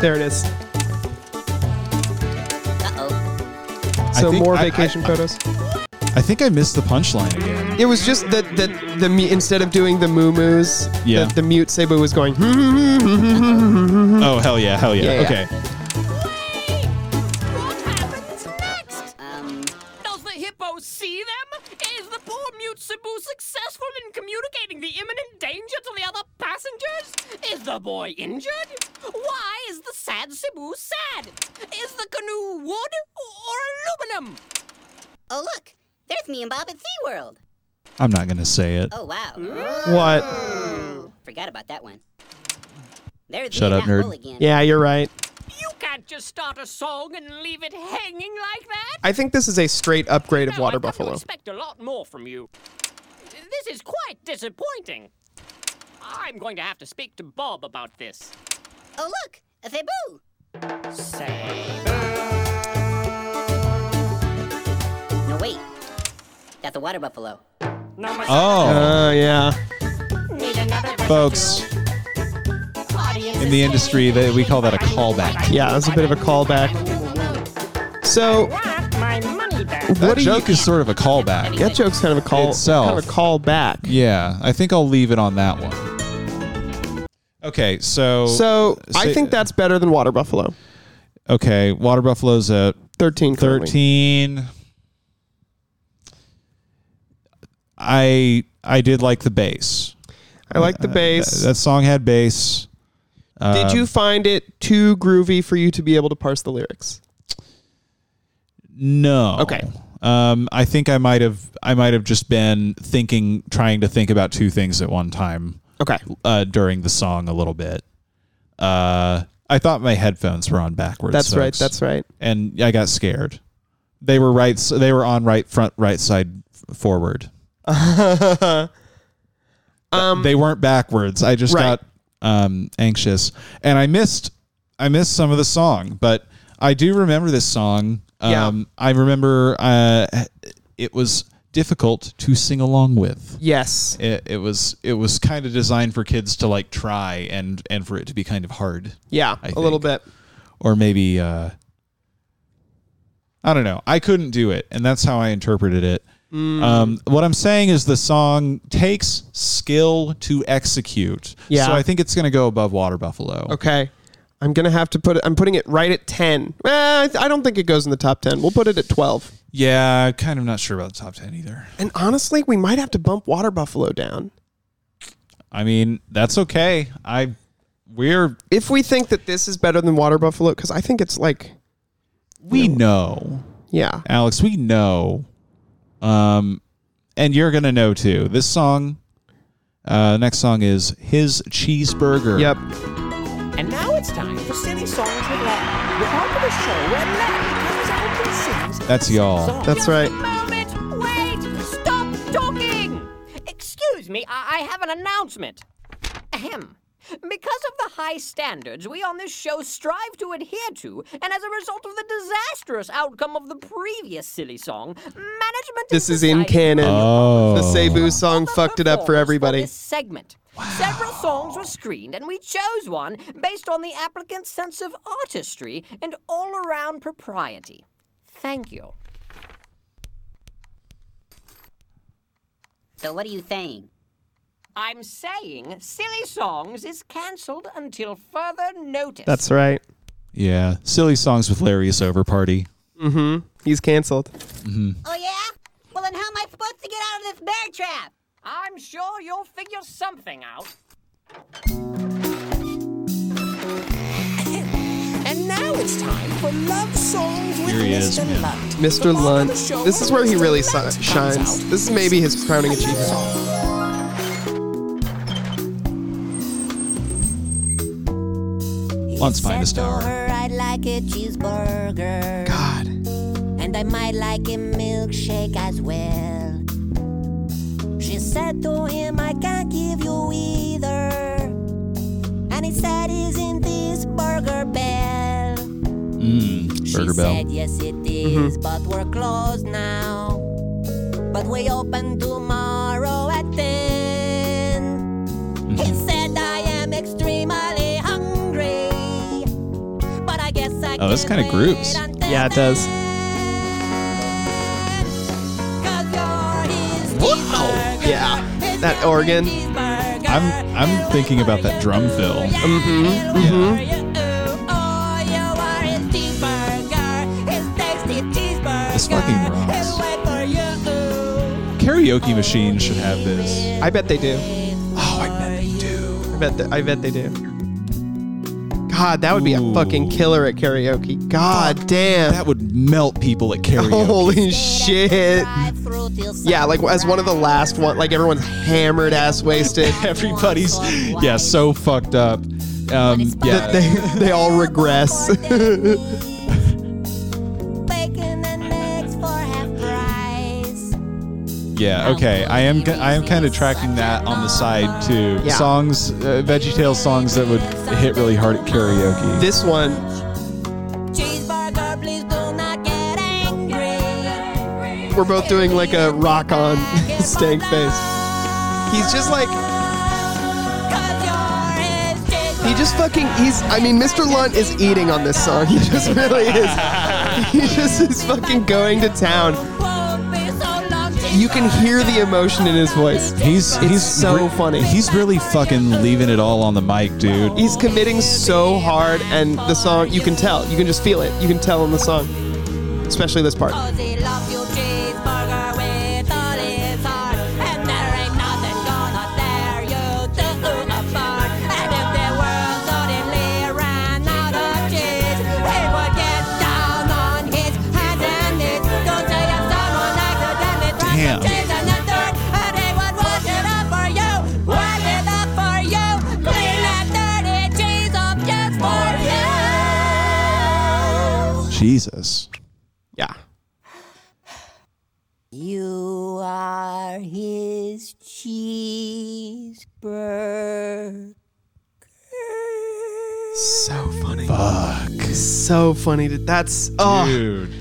Speaker 2: There it is.
Speaker 5: Uh-oh.
Speaker 1: I
Speaker 2: So
Speaker 1: think
Speaker 2: more
Speaker 1: I- I-
Speaker 2: vacation
Speaker 1: I-
Speaker 2: photos.
Speaker 1: I think I missed the punchline again.
Speaker 2: It was just that the, the mu- instead of doing the moo moos,
Speaker 1: Yeah.
Speaker 2: the, the mute Cebu was going. "Hmm,
Speaker 1: Oh hell yeah, hell yeah.
Speaker 2: Yeah, yeah.
Speaker 1: okay.
Speaker 8: What happens next?
Speaker 5: Um,
Speaker 8: Does the hippo see them? Is the poor mute Cebu successful in communicating the imminent danger to the other passengers? Is the boy injured? Why is the sad Cebu sad? Is the canoe wood or aluminum?
Speaker 5: oh look. There's me and Bob at SeaWorld.
Speaker 1: I'm not gonna say it.
Speaker 5: Oh wow.
Speaker 2: What?
Speaker 5: Forgot about that one. There's
Speaker 1: Shut
Speaker 5: me
Speaker 1: up,
Speaker 5: and that
Speaker 1: nerd.
Speaker 5: bull again.
Speaker 2: Yeah, you're right.
Speaker 8: You can't just start a song and leave it hanging like that.
Speaker 2: I think this is a straight upgrade of
Speaker 8: No,
Speaker 2: Water
Speaker 8: I've come to
Speaker 2: Buffalo.
Speaker 8: expect a lot more from you. This is quite disappointing. I'm going to have to speak to Bob about this.
Speaker 5: Oh look. A Cebu.
Speaker 8: Say,
Speaker 5: No wait. That's a water buffalo.
Speaker 8: number
Speaker 1: Oh,
Speaker 2: Oh yeah.
Speaker 1: folks. In the industry, that we call that a callback.
Speaker 2: Yeah, that's a bit of a callback. So
Speaker 8: want my money back.
Speaker 1: That joke is sort of a callback.
Speaker 2: That joke's kind of a call
Speaker 1: Itself.
Speaker 2: kind of a call back.
Speaker 1: Yeah, I think I'll leave it on that one. Okay, so
Speaker 2: So I think that's better than water buffalo.
Speaker 1: okay. Water buffalo's at
Speaker 2: Thirteen. currently.
Speaker 1: thirteen. I I did like the bass.
Speaker 2: I like the
Speaker 1: That,
Speaker 2: bass.
Speaker 1: uh, that um, song had bass.
Speaker 2: Did you find it too groovy for you to be able to parse the lyrics?
Speaker 1: No.
Speaker 2: Okay.
Speaker 1: Um, I think I might have I might have just been thinking, trying to think about two things at one time
Speaker 2: Okay.
Speaker 1: uh, during the song a little bit. Uh, I thought my headphones were on backwards.
Speaker 2: That's right.
Speaker 1: folks.
Speaker 2: That's right.
Speaker 1: and I got scared. They were right. They were on right front, right side f-
Speaker 2: [laughs]
Speaker 1: forward. um, they weren't backwards. I just
Speaker 2: Right.
Speaker 1: got um, anxious, and I missed. I missed some of the song, but I do remember this song.
Speaker 2: Yeah.
Speaker 1: Um, I remember uh, it was difficult to sing along with.
Speaker 2: Yes.
Speaker 1: It, it was it was kind of designed for kids to like try and and for it to be kind of hard
Speaker 2: Yeah.
Speaker 1: I
Speaker 2: a little
Speaker 1: think.
Speaker 2: bit.
Speaker 1: or maybe uh, I don't know. I couldn't do it, and that's how I interpreted it.
Speaker 2: Mm.
Speaker 1: Um, what I'm saying is the song takes skill to execute.
Speaker 2: Yeah.
Speaker 1: So I think it's going to go above Water Buffalo.
Speaker 2: Okay. I'm gonna have to put it. I'm putting it right at ten. Eh, I, th- I don't think it goes in the top ten. We'll put it at twelve.
Speaker 1: Yeah, I'm kind of not sure about the top ten either.
Speaker 2: And honestly, we might have to bump Water Buffalo down
Speaker 1: I mean, that's okay. I we're
Speaker 2: if we think that this is better than Water Buffalo because I think it's like
Speaker 1: we know,
Speaker 2: yeah.
Speaker 1: Alex. We know. Um, and you're gonna know too. This song. Uh, next song is his cheeseburger.
Speaker 2: Yep.
Speaker 7: And now it's time for Silly Songs with Larry, the part of the show where Larry comes out and sings.
Speaker 1: That's y'all.
Speaker 2: That's right.
Speaker 8: Moment, wait, stop talking! Excuse me, I, I have an announcement. Ahem. Because of the high standards we on this show strive to adhere to, and as a result of the disastrous outcome of the previous silly song, management
Speaker 2: This
Speaker 8: has
Speaker 2: is in
Speaker 8: decided-
Speaker 2: canon.
Speaker 1: Oh.
Speaker 2: The Cebu song
Speaker 8: the
Speaker 2: fucked it up for
Speaker 8: performance
Speaker 2: everybody.
Speaker 8: This segment. Several songs were screened, and we chose one based on the applicant's sense of artistry and all-around propriety. Thank you.
Speaker 5: So what are you saying?
Speaker 8: I'm saying Silly Songs is cancelled until further notice.
Speaker 2: That's right.
Speaker 1: Yeah, silly songs with Larry is over party.
Speaker 2: He's canceled.
Speaker 5: Oh yeah? Well then how am I supposed to get out of this bear trap?
Speaker 8: I'm sure you'll figure something out.
Speaker 7: And now it's time for Love Songs with
Speaker 1: Here he is,
Speaker 7: Mr.
Speaker 1: man.
Speaker 7: Lunt.
Speaker 2: Mr. Lunt. This is where he really si- shines. This is maybe his crowning achievement.
Speaker 1: Lunt's finest hour.
Speaker 10: I'd like a cheeseburger.
Speaker 2: God.
Speaker 10: And I might like a milkshake as well. She said to him, I can't give you either. And he said, Isn't this Burger Bell?
Speaker 1: Burger
Speaker 10: she
Speaker 1: Bell.
Speaker 10: said, Yes, it is,
Speaker 2: Mm-hmm.
Speaker 10: but we're closed now. But we open tomorrow at 10.
Speaker 1: Mm-hmm.
Speaker 10: He said, I am extremely hungry. But I guess I
Speaker 1: Oh, this
Speaker 10: can
Speaker 1: kinda grooves.
Speaker 10: wait until
Speaker 2: Yeah, it does.
Speaker 10: 'Cause you're his cheeseburger,
Speaker 2: Yeah.
Speaker 10: his
Speaker 2: That
Speaker 10: cheeseburger,
Speaker 2: organ.
Speaker 10: cheeseburger.
Speaker 1: I'm I'm thinking about that drum fill.
Speaker 10: Mm-hmm.
Speaker 1: Yeah. This fucking rocks. Karaoke machine should have this.
Speaker 2: I bet they do.
Speaker 1: Oh, I bet they do.
Speaker 2: I bet, th- I bet they do. God, that would be a
Speaker 1: Ooh.
Speaker 2: fucking killer at karaoke. God damn.
Speaker 1: That would melt people at karaoke.
Speaker 2: Holy shit. Yeah, like as one of the last one, like everyone's hammered, ass [laughs] wasted.
Speaker 1: [laughs] Everybody's yeah, so fucked up. Um, yeah,
Speaker 2: They, they all
Speaker 1: [laughs]
Speaker 2: regress.
Speaker 10: Bacon and eggs for half price.
Speaker 1: yeah. Okay, I am ki- I am kind of tracking that on the side too.
Speaker 2: Yeah.
Speaker 1: Songs, uh, VeggieTales songs that would hit really hard at karaoke.
Speaker 2: this one,
Speaker 10: Cheeseburger, please do not get angry.
Speaker 2: we're both doing like a rock on [laughs] stank face. He's just like, he just fucking, he's, I mean, Mr. Lunt is [laughs] eating on this song. He just really is. He just is fucking going to town. you can hear the emotion in his voice.
Speaker 1: He's
Speaker 2: It's
Speaker 1: he's
Speaker 2: so
Speaker 1: re-
Speaker 2: funny.
Speaker 1: He's really fucking leaving it all on the mic, dude.
Speaker 2: He's committing so hard, and the song, you can tell. You can just feel it. You can tell in the song, especially this part.
Speaker 1: Damn. Jesus.
Speaker 2: Yeah.
Speaker 5: You are his cheeseburger.
Speaker 2: So funny. Fuck. So funny. That that's oh.
Speaker 1: Dude.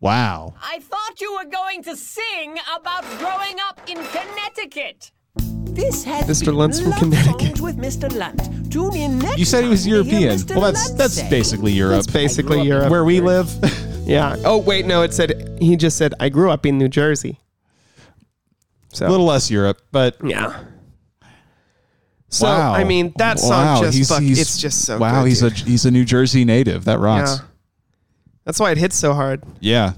Speaker 1: Wow.
Speaker 12: I thought you were going to sing about growing up in Connecticut.
Speaker 6: This has
Speaker 2: Mr.
Speaker 6: been
Speaker 2: Luntz from
Speaker 6: Love
Speaker 2: Connecticut.
Speaker 6: Songs with Mr. Lunt. Tune in next
Speaker 1: You said he was
Speaker 6: time to hear
Speaker 1: European.
Speaker 6: Mr.
Speaker 1: Well, that's
Speaker 6: Lunt
Speaker 1: that's
Speaker 6: say,
Speaker 1: basically Europe.
Speaker 2: That's basically Europe.
Speaker 1: Where we live. [laughs]
Speaker 2: Yeah. Oh wait, no. It said he just said I grew up in New Jersey. So
Speaker 1: A little less Europe, but
Speaker 2: yeah. So
Speaker 1: wow.
Speaker 2: I mean that song
Speaker 1: Wow,
Speaker 2: just
Speaker 1: he's-
Speaker 2: fuck,
Speaker 1: he's-
Speaker 2: it's just so
Speaker 1: Wow,
Speaker 2: good,
Speaker 1: he's
Speaker 2: dude.
Speaker 1: a he's a New Jersey native. That rocks.
Speaker 2: Yeah. That's why it hits so hard.
Speaker 1: Yeah.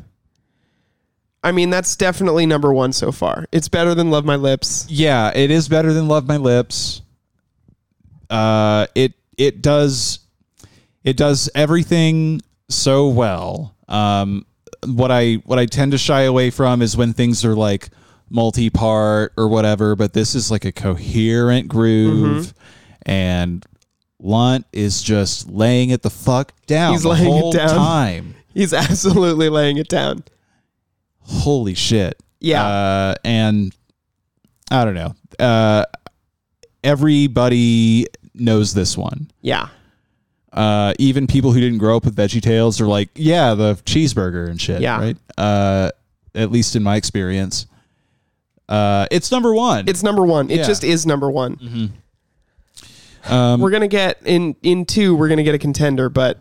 Speaker 2: I mean that's definitely number one so far. It's better than Love My Lips. [laughs]
Speaker 1: Yeah, it is better than Love My Lips. Uh it it does it does everything so well. Um what I what I tend to shy away from is when things are like multi-part or whatever, but this is like a coherent groove
Speaker 2: Mm-hmm.
Speaker 1: and Lunt is just laying it the fuck down
Speaker 2: He's
Speaker 1: the
Speaker 2: laying it
Speaker 1: whole
Speaker 2: down.
Speaker 1: time.
Speaker 2: He's absolutely laying it down.
Speaker 1: holy shit.
Speaker 2: Yeah.
Speaker 1: Uh, and I don't know. Uh, everybody knows this one.
Speaker 2: Yeah.
Speaker 1: Uh, even people who didn't grow up with Veggie Tales are like, yeah, the cheeseburger and shit.
Speaker 2: Yeah.
Speaker 1: Right. Uh, at least in my experience. Uh, it's number one.
Speaker 2: It's number one. It
Speaker 1: Yeah.
Speaker 2: just is number one. Um, we're gonna get in in two. We're gonna get a contender, but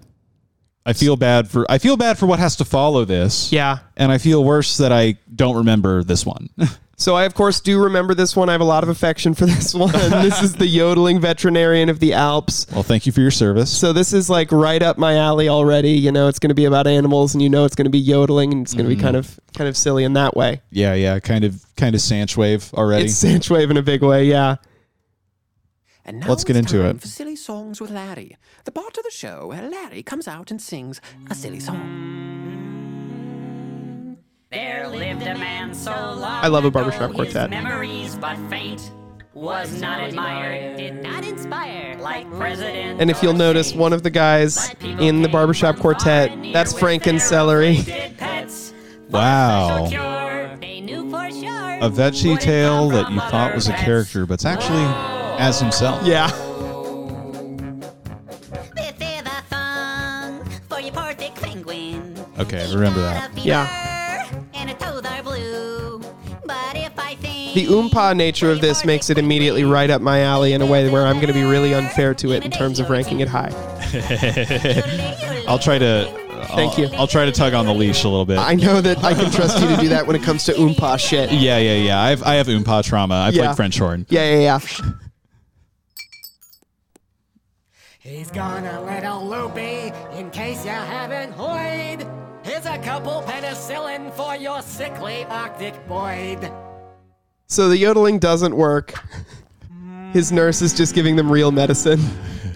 Speaker 1: I feel bad for I feel bad for what has to follow this.
Speaker 2: yeah.
Speaker 1: And I feel worse that I don't remember this one. [laughs]
Speaker 2: So I, of course, do remember this one. I have a lot of affection for [laughs] this one. this is the yodeling veterinarian of the Alps.
Speaker 1: well, thank you for your service.
Speaker 2: So this is like right up my alley already. You know, it's going to be about animals, and you know, it's going to be yodeling, and it's going to be kind of kind of silly in that way.
Speaker 1: yeah, yeah, kind of kind of Sanch wave already.
Speaker 2: It's Sanch Wave in a big way, yeah.
Speaker 6: And now
Speaker 1: Let's get
Speaker 6: it's
Speaker 1: into
Speaker 6: time
Speaker 1: it.
Speaker 6: For silly songs with Larry, the part of the show where Larry comes out and sings a silly song.
Speaker 8: There lived a man so long.
Speaker 2: I love a barbershop quartet.
Speaker 8: Memories, but fate was not admired, did not inspire like president.
Speaker 2: And if you'll notice, one of the guys in the barbershop quartet, that's Franken Celery. [laughs]
Speaker 1: Wow.
Speaker 8: They knew for sure.
Speaker 1: Oh. a veggie tale that you thought was a character, but's actually as himself.
Speaker 2: Yeah.
Speaker 5: This is a song for your poor sick penguin.
Speaker 1: Okay, I remember that.
Speaker 2: Yeah.
Speaker 5: And her toes are blue. But if I think
Speaker 2: The oompa nature of this makes it immediately right up my alley in a way where I'm going to be really unfair to it in terms of ranking it high.
Speaker 1: I'll try to.
Speaker 2: Thank
Speaker 1: I'll-
Speaker 2: you.
Speaker 1: I'll try to tug on the leash a little bit.
Speaker 2: I know that I can trust you to do that when it comes to oompa shit.
Speaker 1: yeah, yeah, yeah. I have I have oompa trauma. I
Speaker 2: Yeah.
Speaker 1: played French horn.
Speaker 2: Yeah, yeah, yeah.
Speaker 8: He's gone a little loopy, in case you haven't heard. Here's a couple penicillin for your sickly Arctic void.
Speaker 2: So the yodeling doesn't work. His nurse is just giving them real medicine.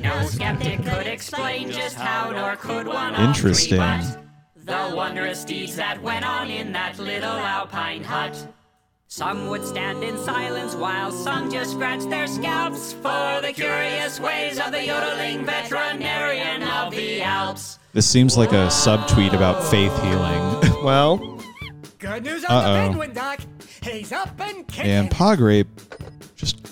Speaker 8: No skeptic could explain just how nor could one
Speaker 1: Interesting.
Speaker 8: of three, but the wondrous deeds that went on in that little alpine hut. Some would stand in silence while some just scratched their scalps for the curious ways of the yodeling veterinarian of the Alps.
Speaker 1: This seems like a subtweet about faith healing. [laughs]
Speaker 2: Well,
Speaker 8: Good news on
Speaker 1: Uh-oh.
Speaker 8: the penguin, Doc. He's up and kicking.
Speaker 1: and Pagrape just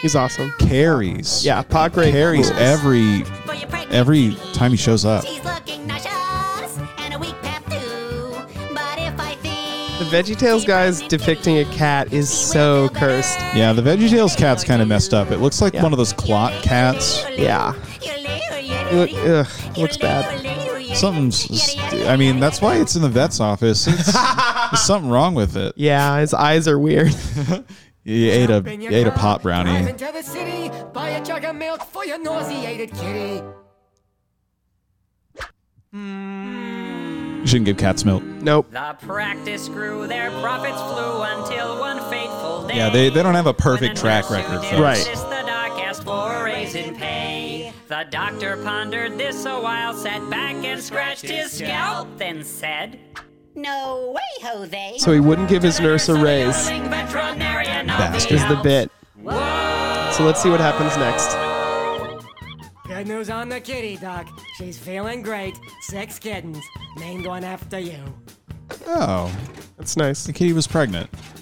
Speaker 2: he's awesome.
Speaker 1: carries.
Speaker 2: Yeah, Pac Ray
Speaker 1: carries every
Speaker 5: for your pregnancy.
Speaker 1: every time he shows up.
Speaker 5: She's looking nauseous and a weak path through. But if I think
Speaker 2: The VeggieTales guy's depicting a cat is so cursed.
Speaker 1: Yeah, the VeggieTales cat's kind of messed up. It looks like
Speaker 2: Yeah.
Speaker 1: one of those clock cats.
Speaker 2: Yeah. It look, ugh, looks bad.
Speaker 1: Something's. I mean, that's why it's in the vet's office. It's, There's something wrong with it.
Speaker 2: Yeah, his eyes are weird. [laughs]
Speaker 1: You ate a you ate a pop
Speaker 13: Drive
Speaker 1: brownie.
Speaker 13: into the city, buy a jug of milk for your nauseated kitty.
Speaker 1: You shouldn't give cats milk.
Speaker 2: Nope.
Speaker 14: The practice grew, their profits flew until one fateful day.
Speaker 1: Yeah, they, they don't have a perfect track record. folks.
Speaker 14: This the doc asked for a raise in pay. The doctor pondered this a while, sat back and scratched his scalp, then said,
Speaker 5: No way, Jose.
Speaker 2: So he wouldn't give his nurse a raise.
Speaker 14: Veterinarian of
Speaker 2: Bastard. Is the bit. So let's see what happens next.
Speaker 13: Good news on the kitty, Doc. She's feeling great. Six kittens, named one after you.
Speaker 1: Oh,
Speaker 2: that's nice.
Speaker 1: The kitty was pregnant.
Speaker 5: This is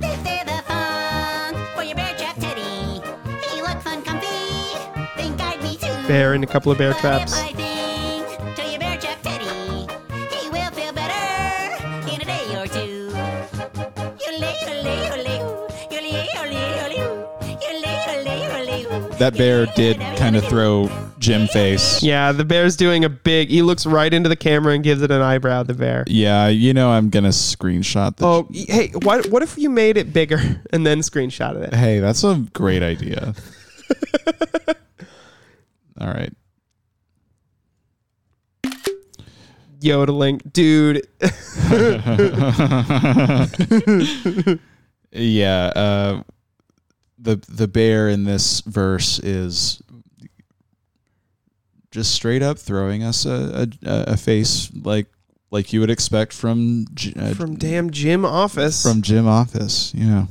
Speaker 5: the song for your bear trap teddy. He looks uncomfy. Think I'd be too.
Speaker 2: Bear in a couple of bear
Speaker 5: But
Speaker 2: traps.
Speaker 5: If I think to your bear trap teddy, he will feel better in a day or two. Yodelay, yodelay, yodelay, oo. Yodelay, yodelay, yodelay, oo. Yodelay, yodelay, yodelay, oo.
Speaker 1: That bear did kind of throw Jim face.
Speaker 2: Yeah, the bear's doing a big. He looks right into the camera and gives it an eyebrow. The bear.
Speaker 1: Yeah, you know I'm gonna screenshot the.
Speaker 2: Oh, y- hey, what what if you made it bigger [laughs] and then screenshotted it?
Speaker 1: Hey, that's a great idea. [laughs] All right.
Speaker 2: Yodeling, dude. [laughs]
Speaker 1: yeah, uh, the the bear in this verse is just straight up throwing us a a, a face like like you would expect from J- uh,
Speaker 2: From damn Jim Office.
Speaker 1: from Jim Office. You know,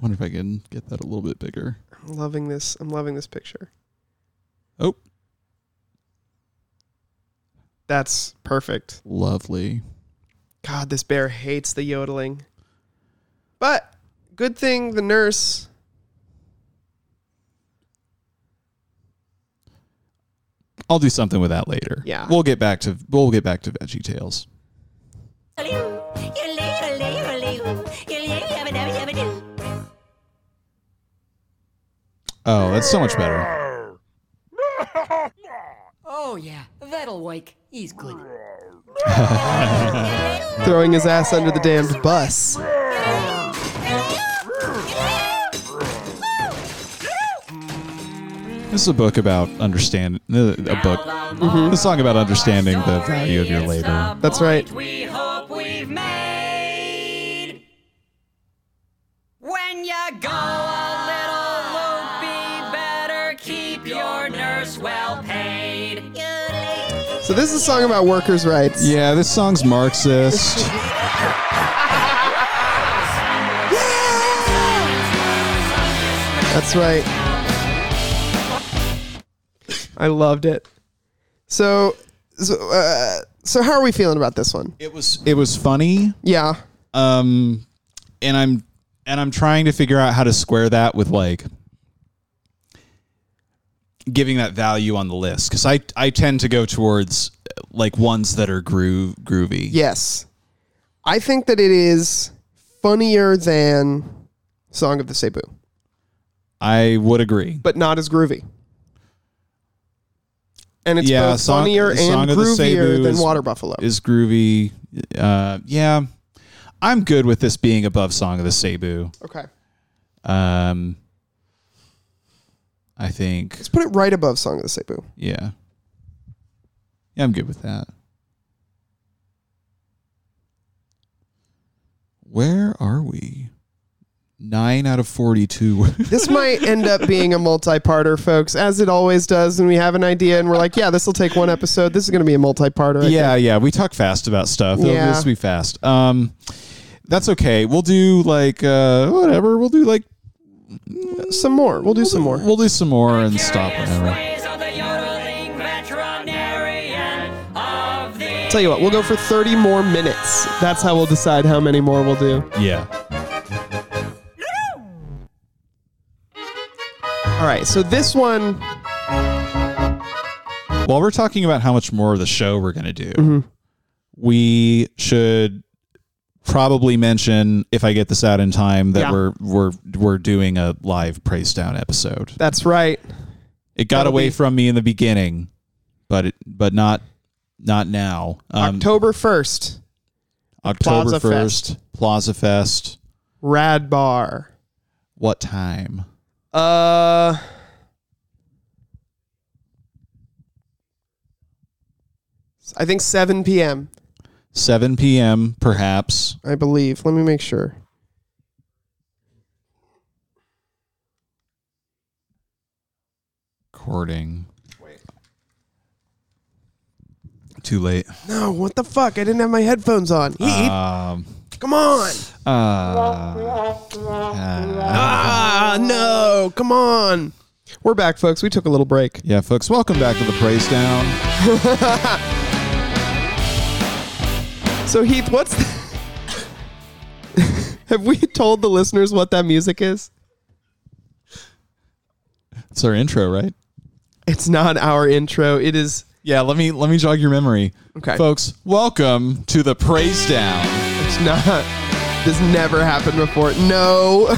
Speaker 1: wonder if I can get that a little bit bigger.
Speaker 2: I'm loving this. I'm loving this picture.
Speaker 1: Oh.
Speaker 2: That's perfect.
Speaker 1: Lovely.
Speaker 2: God, this bear hates the yodeling. But good thing the nurse.
Speaker 1: I'll do something with that later.
Speaker 2: Yeah.
Speaker 1: We'll get back to we'll get back to Veggie Tales.
Speaker 5: Yodelay, yodelay, yodelay, oo. Yodelay, yabba dabba dabba doo.
Speaker 1: Oh, that's so much better.
Speaker 13: Oh, yeah, that'll wake. He's good.
Speaker 2: Throwing his ass under the damned bus.
Speaker 1: This is a book about understand uh, a book. A song about understanding the value of your labor.
Speaker 2: That's right.
Speaker 14: We hope we've made. When you go a little loopy, better keep your nurse well paid.
Speaker 2: So this is a song about workers' rights.
Speaker 1: Yeah, this song's Marxist.
Speaker 2: That's right. I loved it. So, so, uh, so how are we feeling about this one?
Speaker 1: It was it was funny.
Speaker 2: Yeah.
Speaker 1: Um and I'm and I'm trying to figure out how to square that with like giving that value on the list cuz I I tend to go towards uh, like ones that are groove groovy.
Speaker 2: Yes. I think that it is funnier than Song of the Cebu,
Speaker 1: I would agree.
Speaker 2: but not as groovy. And it's
Speaker 1: yeah,
Speaker 2: both
Speaker 1: song,
Speaker 2: funnier and
Speaker 1: Song of the
Speaker 2: groovier
Speaker 1: Cebu
Speaker 2: than
Speaker 1: is-
Speaker 2: Water Buffalo.
Speaker 1: Is groovy. Uh, yeah, I'm good with this being above Song of the Cebu.
Speaker 2: Okay.
Speaker 1: Um, I think.
Speaker 2: Let's put it right above Song of the Cebu.
Speaker 1: Yeah. Yeah, I'm good with that. Where are we? Nine out of forty-two. [laughs]
Speaker 2: This might end up being a multi-parter, folks, as it always does. And we have an idea, and we're like, "Yeah, this will take one episode. This is going to be a multi-parter." I
Speaker 1: yeah, yeah. We talk fast about stuff. It'll-
Speaker 2: Yeah.
Speaker 1: This will be fast. Um, that's okay. We'll do like uh, whatever. We'll do like
Speaker 2: think. some more. We'll do some more.
Speaker 1: We'll do some more and stop whenever.
Speaker 2: Tell you what, we'll go for 30 more minutes. That's how we'll decide how many more we'll do.
Speaker 1: Yeah.
Speaker 2: All right, so this one,
Speaker 1: While we're
Speaker 2: Mm-hmm.
Speaker 1: talking about how much more of the show we're going to do, we should probably mention if I get this out in time that
Speaker 2: Yeah.
Speaker 1: we're we're we're doing a live praise down episode.
Speaker 2: That's right.
Speaker 1: It got
Speaker 2: That'll
Speaker 1: away
Speaker 2: be-
Speaker 1: from me in the beginning, but it but not not now. Um,
Speaker 2: October 1st,
Speaker 1: October
Speaker 2: Plaza Fest.
Speaker 1: first, Plaza Fest.
Speaker 2: Rad Bar.
Speaker 1: What time?
Speaker 2: Uh, I think 7 p.m.,
Speaker 1: 7 p.m. Perhaps.
Speaker 2: I believe. Let me make sure.
Speaker 1: Recording. Too late.
Speaker 2: No, Oh, what the fuck? I didn't have my headphones on. Yeet.
Speaker 1: Um,
Speaker 2: Come on.
Speaker 1: uh,
Speaker 2: Ah, no. Come on. We're back, folks. We took a little break.
Speaker 1: yeah, folks. Welcome back to the praise down.
Speaker 2: So, Heath, what's. [laughs] have we told the listeners what that music is?
Speaker 1: It's our intro, right?
Speaker 2: It's not our intro. It is.
Speaker 1: Yeah, let me let me jog your memory.
Speaker 2: Okay.
Speaker 1: Folks, welcome to the praise down.
Speaker 2: It's not. This never happened before. No.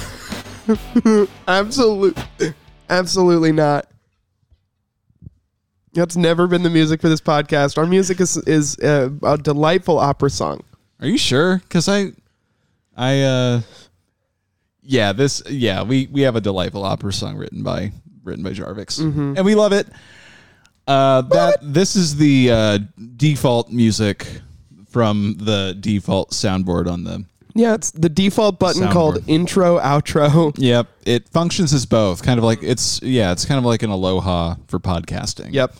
Speaker 2: [laughs] Absolute. Absolutely not. That's never been the music for this podcast. Our music is is uh, a delightful opera song.
Speaker 1: Are you sure? Cuz I I uh yeah, this yeah, we we have a delightful opera song written by written by Jarvix.
Speaker 2: Mm-hmm.
Speaker 1: And we love it. Uh that this is the uh default music from the default soundboard on the
Speaker 2: Yeah, it's the default button
Speaker 1: Soundboard.
Speaker 2: called intro outro.
Speaker 1: Yep, it functions as both. Kind of like it's yeah, it's kind of like an aloha for podcasting.
Speaker 2: Yep.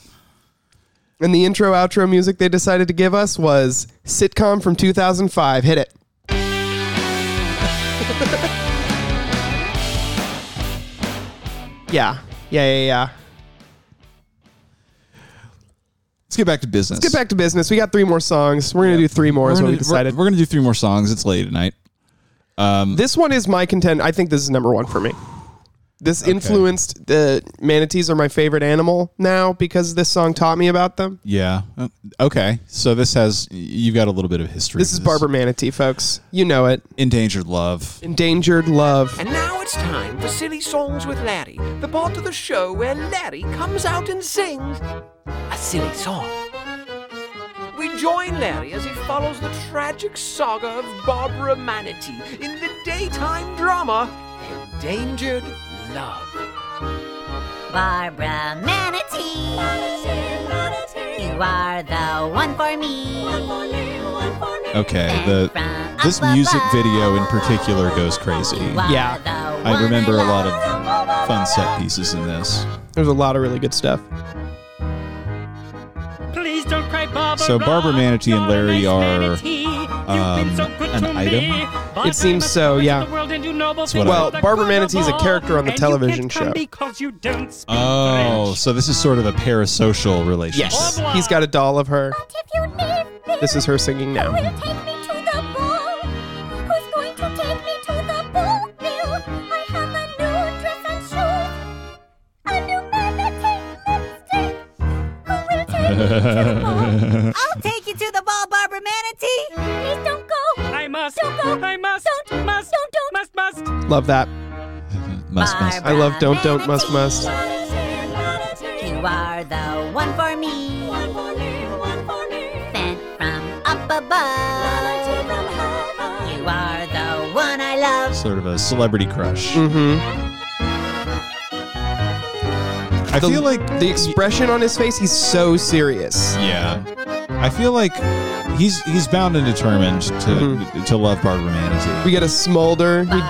Speaker 2: And the intro outro music they decided to give us was sitcom from 2005. Hit it. [laughs] yeah. Yeah, yeah, yeah.
Speaker 1: Let's get back to business.
Speaker 2: Let's get back to business. We got three more songs. We're gonna do three more. is what we decided.
Speaker 1: We're, we're gonna do three more songs. It's late at night.
Speaker 2: this one is my contend. I think this is number one for me. This influenced the manatees are my favorite animal now because this song taught me about them.
Speaker 1: Yeah. Uh, Okay. So this has you've got a little bit of history.
Speaker 2: This is
Speaker 1: with
Speaker 2: Barbara Manatee, folks. You know it.
Speaker 1: Endangered love.
Speaker 2: Endangered love.
Speaker 7: And now it's time for Silly Songs with Larry, the part of the show where Larry comes out and sings a silly song. We join Larry as he follows the tragic saga of Barbara Manatee in the daytime drama Endangered Love.
Speaker 5: Barbara Manatee. You are the one for me.
Speaker 1: Okay. The this music video in particular goes crazy.
Speaker 2: Yeah.
Speaker 1: I remember a lot of fun set pieces in this.
Speaker 2: There's a lot of really good stuff.
Speaker 15: Please don't cry, Barbara.
Speaker 1: So Barbara Manatee and Larry are
Speaker 15: been
Speaker 1: um,
Speaker 15: so good
Speaker 1: an
Speaker 15: to me.
Speaker 1: item.
Speaker 2: It seems so, yeah.
Speaker 15: World and you know
Speaker 1: what I-
Speaker 2: Well, Barbara Manatee is a character on the television show.
Speaker 15: because you don't speak
Speaker 1: Oh, so this is sort of a parasocial relationship.
Speaker 2: Yes. He's got a doll of her. This is her singing now.
Speaker 1: [laughs]
Speaker 10: I'll take you to the ball, Barbara Manatee. Please don't go.
Speaker 15: I must.
Speaker 10: Don't go.
Speaker 15: I must.
Speaker 10: Don't.
Speaker 15: Must.
Speaker 10: Don't. Don't.
Speaker 15: Must. Must.
Speaker 2: Love that.
Speaker 1: Must must.
Speaker 2: I love don't don't must must.
Speaker 5: You are the one for me. Sent from up above. You are the one I love.
Speaker 1: Sort of a celebrity crush.
Speaker 2: Mm-hmm.
Speaker 1: I feel like
Speaker 2: the expression on his face, he's so serious.
Speaker 1: Yeah, I feel like he's he's bound and determined to to love Barbara Manatee. [laughs]
Speaker 2: We got a smolder. He,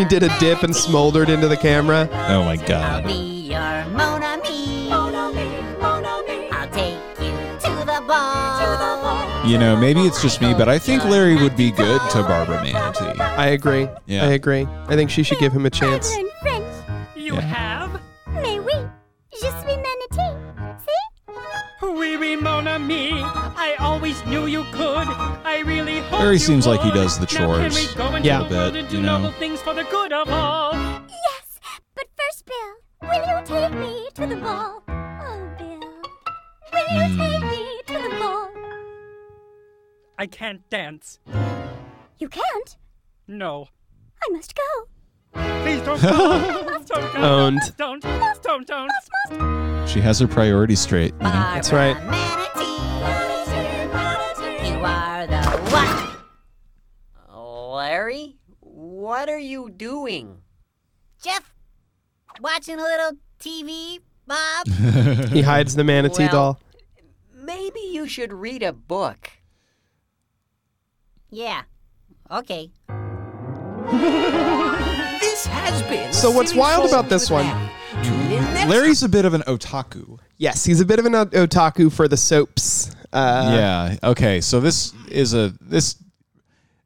Speaker 2: he did a dip and smoldered into the camera.
Speaker 1: Oh my god.
Speaker 5: Be your Mona me. I'll take you to the ball.
Speaker 1: You know, maybe it's just me, but I think Larry would be good to Barbara Manatee.
Speaker 2: I agree.
Speaker 1: Yeah.
Speaker 2: I agree. I think she should give him a chance.
Speaker 10: Learn French.
Speaker 15: You
Speaker 1: Yeah.
Speaker 15: have.
Speaker 10: Mais oui, je suis manatee. See?
Speaker 15: Oui, oui, mon ami. I always knew you could. I really hope.
Speaker 1: Larry
Speaker 15: you
Speaker 1: seems like he
Speaker 15: would.
Speaker 1: does the
Speaker 15: Now can
Speaker 1: chores
Speaker 15: we go into
Speaker 2: Yeah.
Speaker 15: the world
Speaker 1: bit,
Speaker 15: and do
Speaker 1: you know.
Speaker 15: novel things for the good of all?
Speaker 10: Yes, but first, Bill, will you take me to the ball? Oh, Bill, will
Speaker 1: Hmm,
Speaker 10: you take me to the ball?
Speaker 15: I can't dance.
Speaker 16: You can't?
Speaker 15: No.
Speaker 16: I must go.
Speaker 15: Please don't go. don't go.
Speaker 1: Owned.
Speaker 15: Don't. Don't. Don't. don't.
Speaker 1: She has her priorities straight. You know?
Speaker 5: That's
Speaker 1: Mm-hmm. right.
Speaker 5: You are the one. Larry, what are you doing? Jeff, watching a little TV, Bob.
Speaker 2: he hides the manatee
Speaker 5: Well,
Speaker 2: doll.
Speaker 5: Maybe you should read a book. Yeah. Okay.
Speaker 7: This has been.
Speaker 2: So what's
Speaker 7: Silly
Speaker 2: wild
Speaker 7: Songs
Speaker 2: about this
Speaker 7: with
Speaker 2: one-
Speaker 7: Larry.
Speaker 1: Larry's a bit of an otaku.
Speaker 2: Yes, he's a bit of an o- otaku for the soaps. Uh,
Speaker 1: yeah. Okay. So this is a this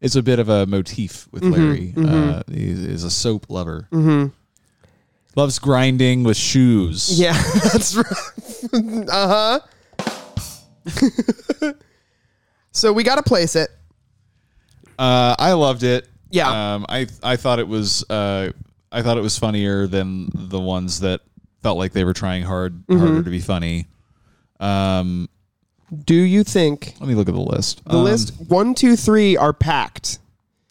Speaker 1: is a bit of a motif with
Speaker 2: Mhm,
Speaker 1: Larry. Uh,
Speaker 2: mhm.
Speaker 1: he is a soap lover.
Speaker 2: hmm
Speaker 1: Loves grinding with shoes.
Speaker 2: Yeah, [laughs] that's right. [laughs] uh huh. so we got to place it.
Speaker 1: Uh, I loved it.
Speaker 2: Yeah.
Speaker 1: Um, I I thought it was uh, I thought it was funnier than the ones that felt like they were trying hard harder
Speaker 2: Mhm.
Speaker 1: to be funny. Um,
Speaker 2: Do you think
Speaker 1: let me look at the list?
Speaker 2: The
Speaker 1: Um,
Speaker 2: list one, two, three are packed.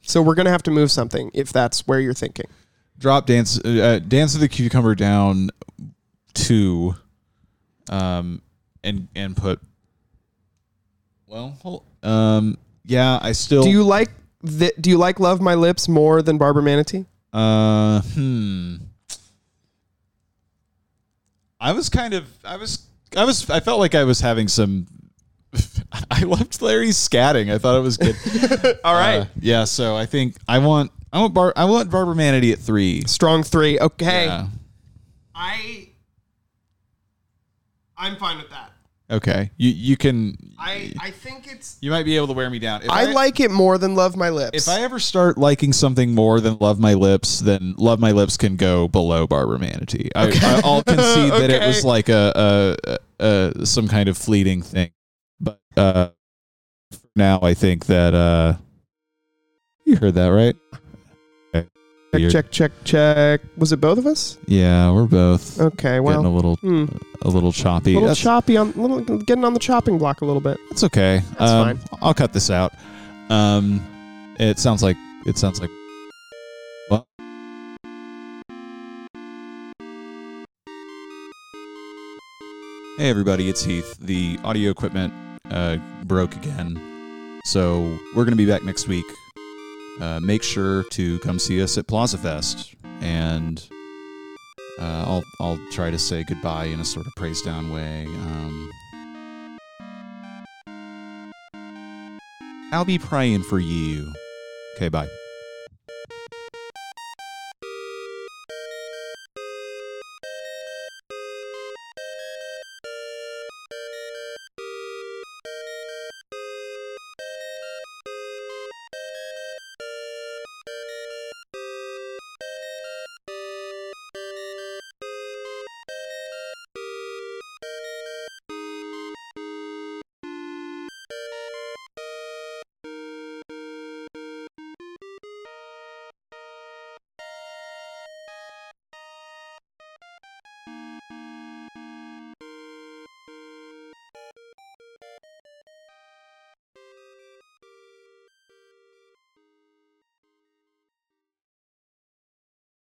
Speaker 2: So we're gonna have to move something if that's where you're thinking.
Speaker 1: drop dance uh, dance of the cucumber down two, um, and and put. Well, hold, um, yeah, I still
Speaker 2: do you like th- Do you like Love My Lips more than Barbara Manatee?
Speaker 1: Uh, hmm. I was kind of, I was, I was, I felt like I was having some. [laughs] I loved Larry's scatting. I thought it was good.
Speaker 2: [laughs]
Speaker 1: Uh,
Speaker 2: All right.
Speaker 1: yeah. So I think I want, I want, Bar, I want Barbara Manatee at three. Uh,
Speaker 2: Strong three. Okay.
Speaker 1: Yeah.
Speaker 2: I I'm fine with that.
Speaker 1: Okay. You you can.
Speaker 2: I I think it's.
Speaker 1: You might be able to wear me down. If
Speaker 2: I, like it more than Love My Lips.
Speaker 1: If I ever start liking something more than Love My Lips, then Love My Lips can go below Barbara Manatee. I, I, I'll
Speaker 2: [laughs]
Speaker 1: concede that it was
Speaker 2: Okay.
Speaker 1: like a, a, a some kind of fleeting thing, but uh, for now I think that uh, you heard that right. Okay.
Speaker 2: check
Speaker 1: Weird.
Speaker 2: check check check. Was it both of us?
Speaker 1: Yeah, we're both
Speaker 2: Okay. Uh, Well,
Speaker 1: getting a little
Speaker 2: hmm.
Speaker 1: a little choppy.
Speaker 2: little
Speaker 1: That's-
Speaker 2: choppy on little getting on the chopping block a little bit.
Speaker 1: It's okay.
Speaker 2: That's
Speaker 1: um, I'll cut this out. Um, it sounds like it sounds like. Well, hey everybody, it's Heath. The audio equipment uh, broke again, so we're gonna be back next week. Uh, make sure to come see us at Plaza Fest, and uh, I'll I'll try to say goodbye in a sort of praise down way. Um, I'll be praying for you. Okay, bye.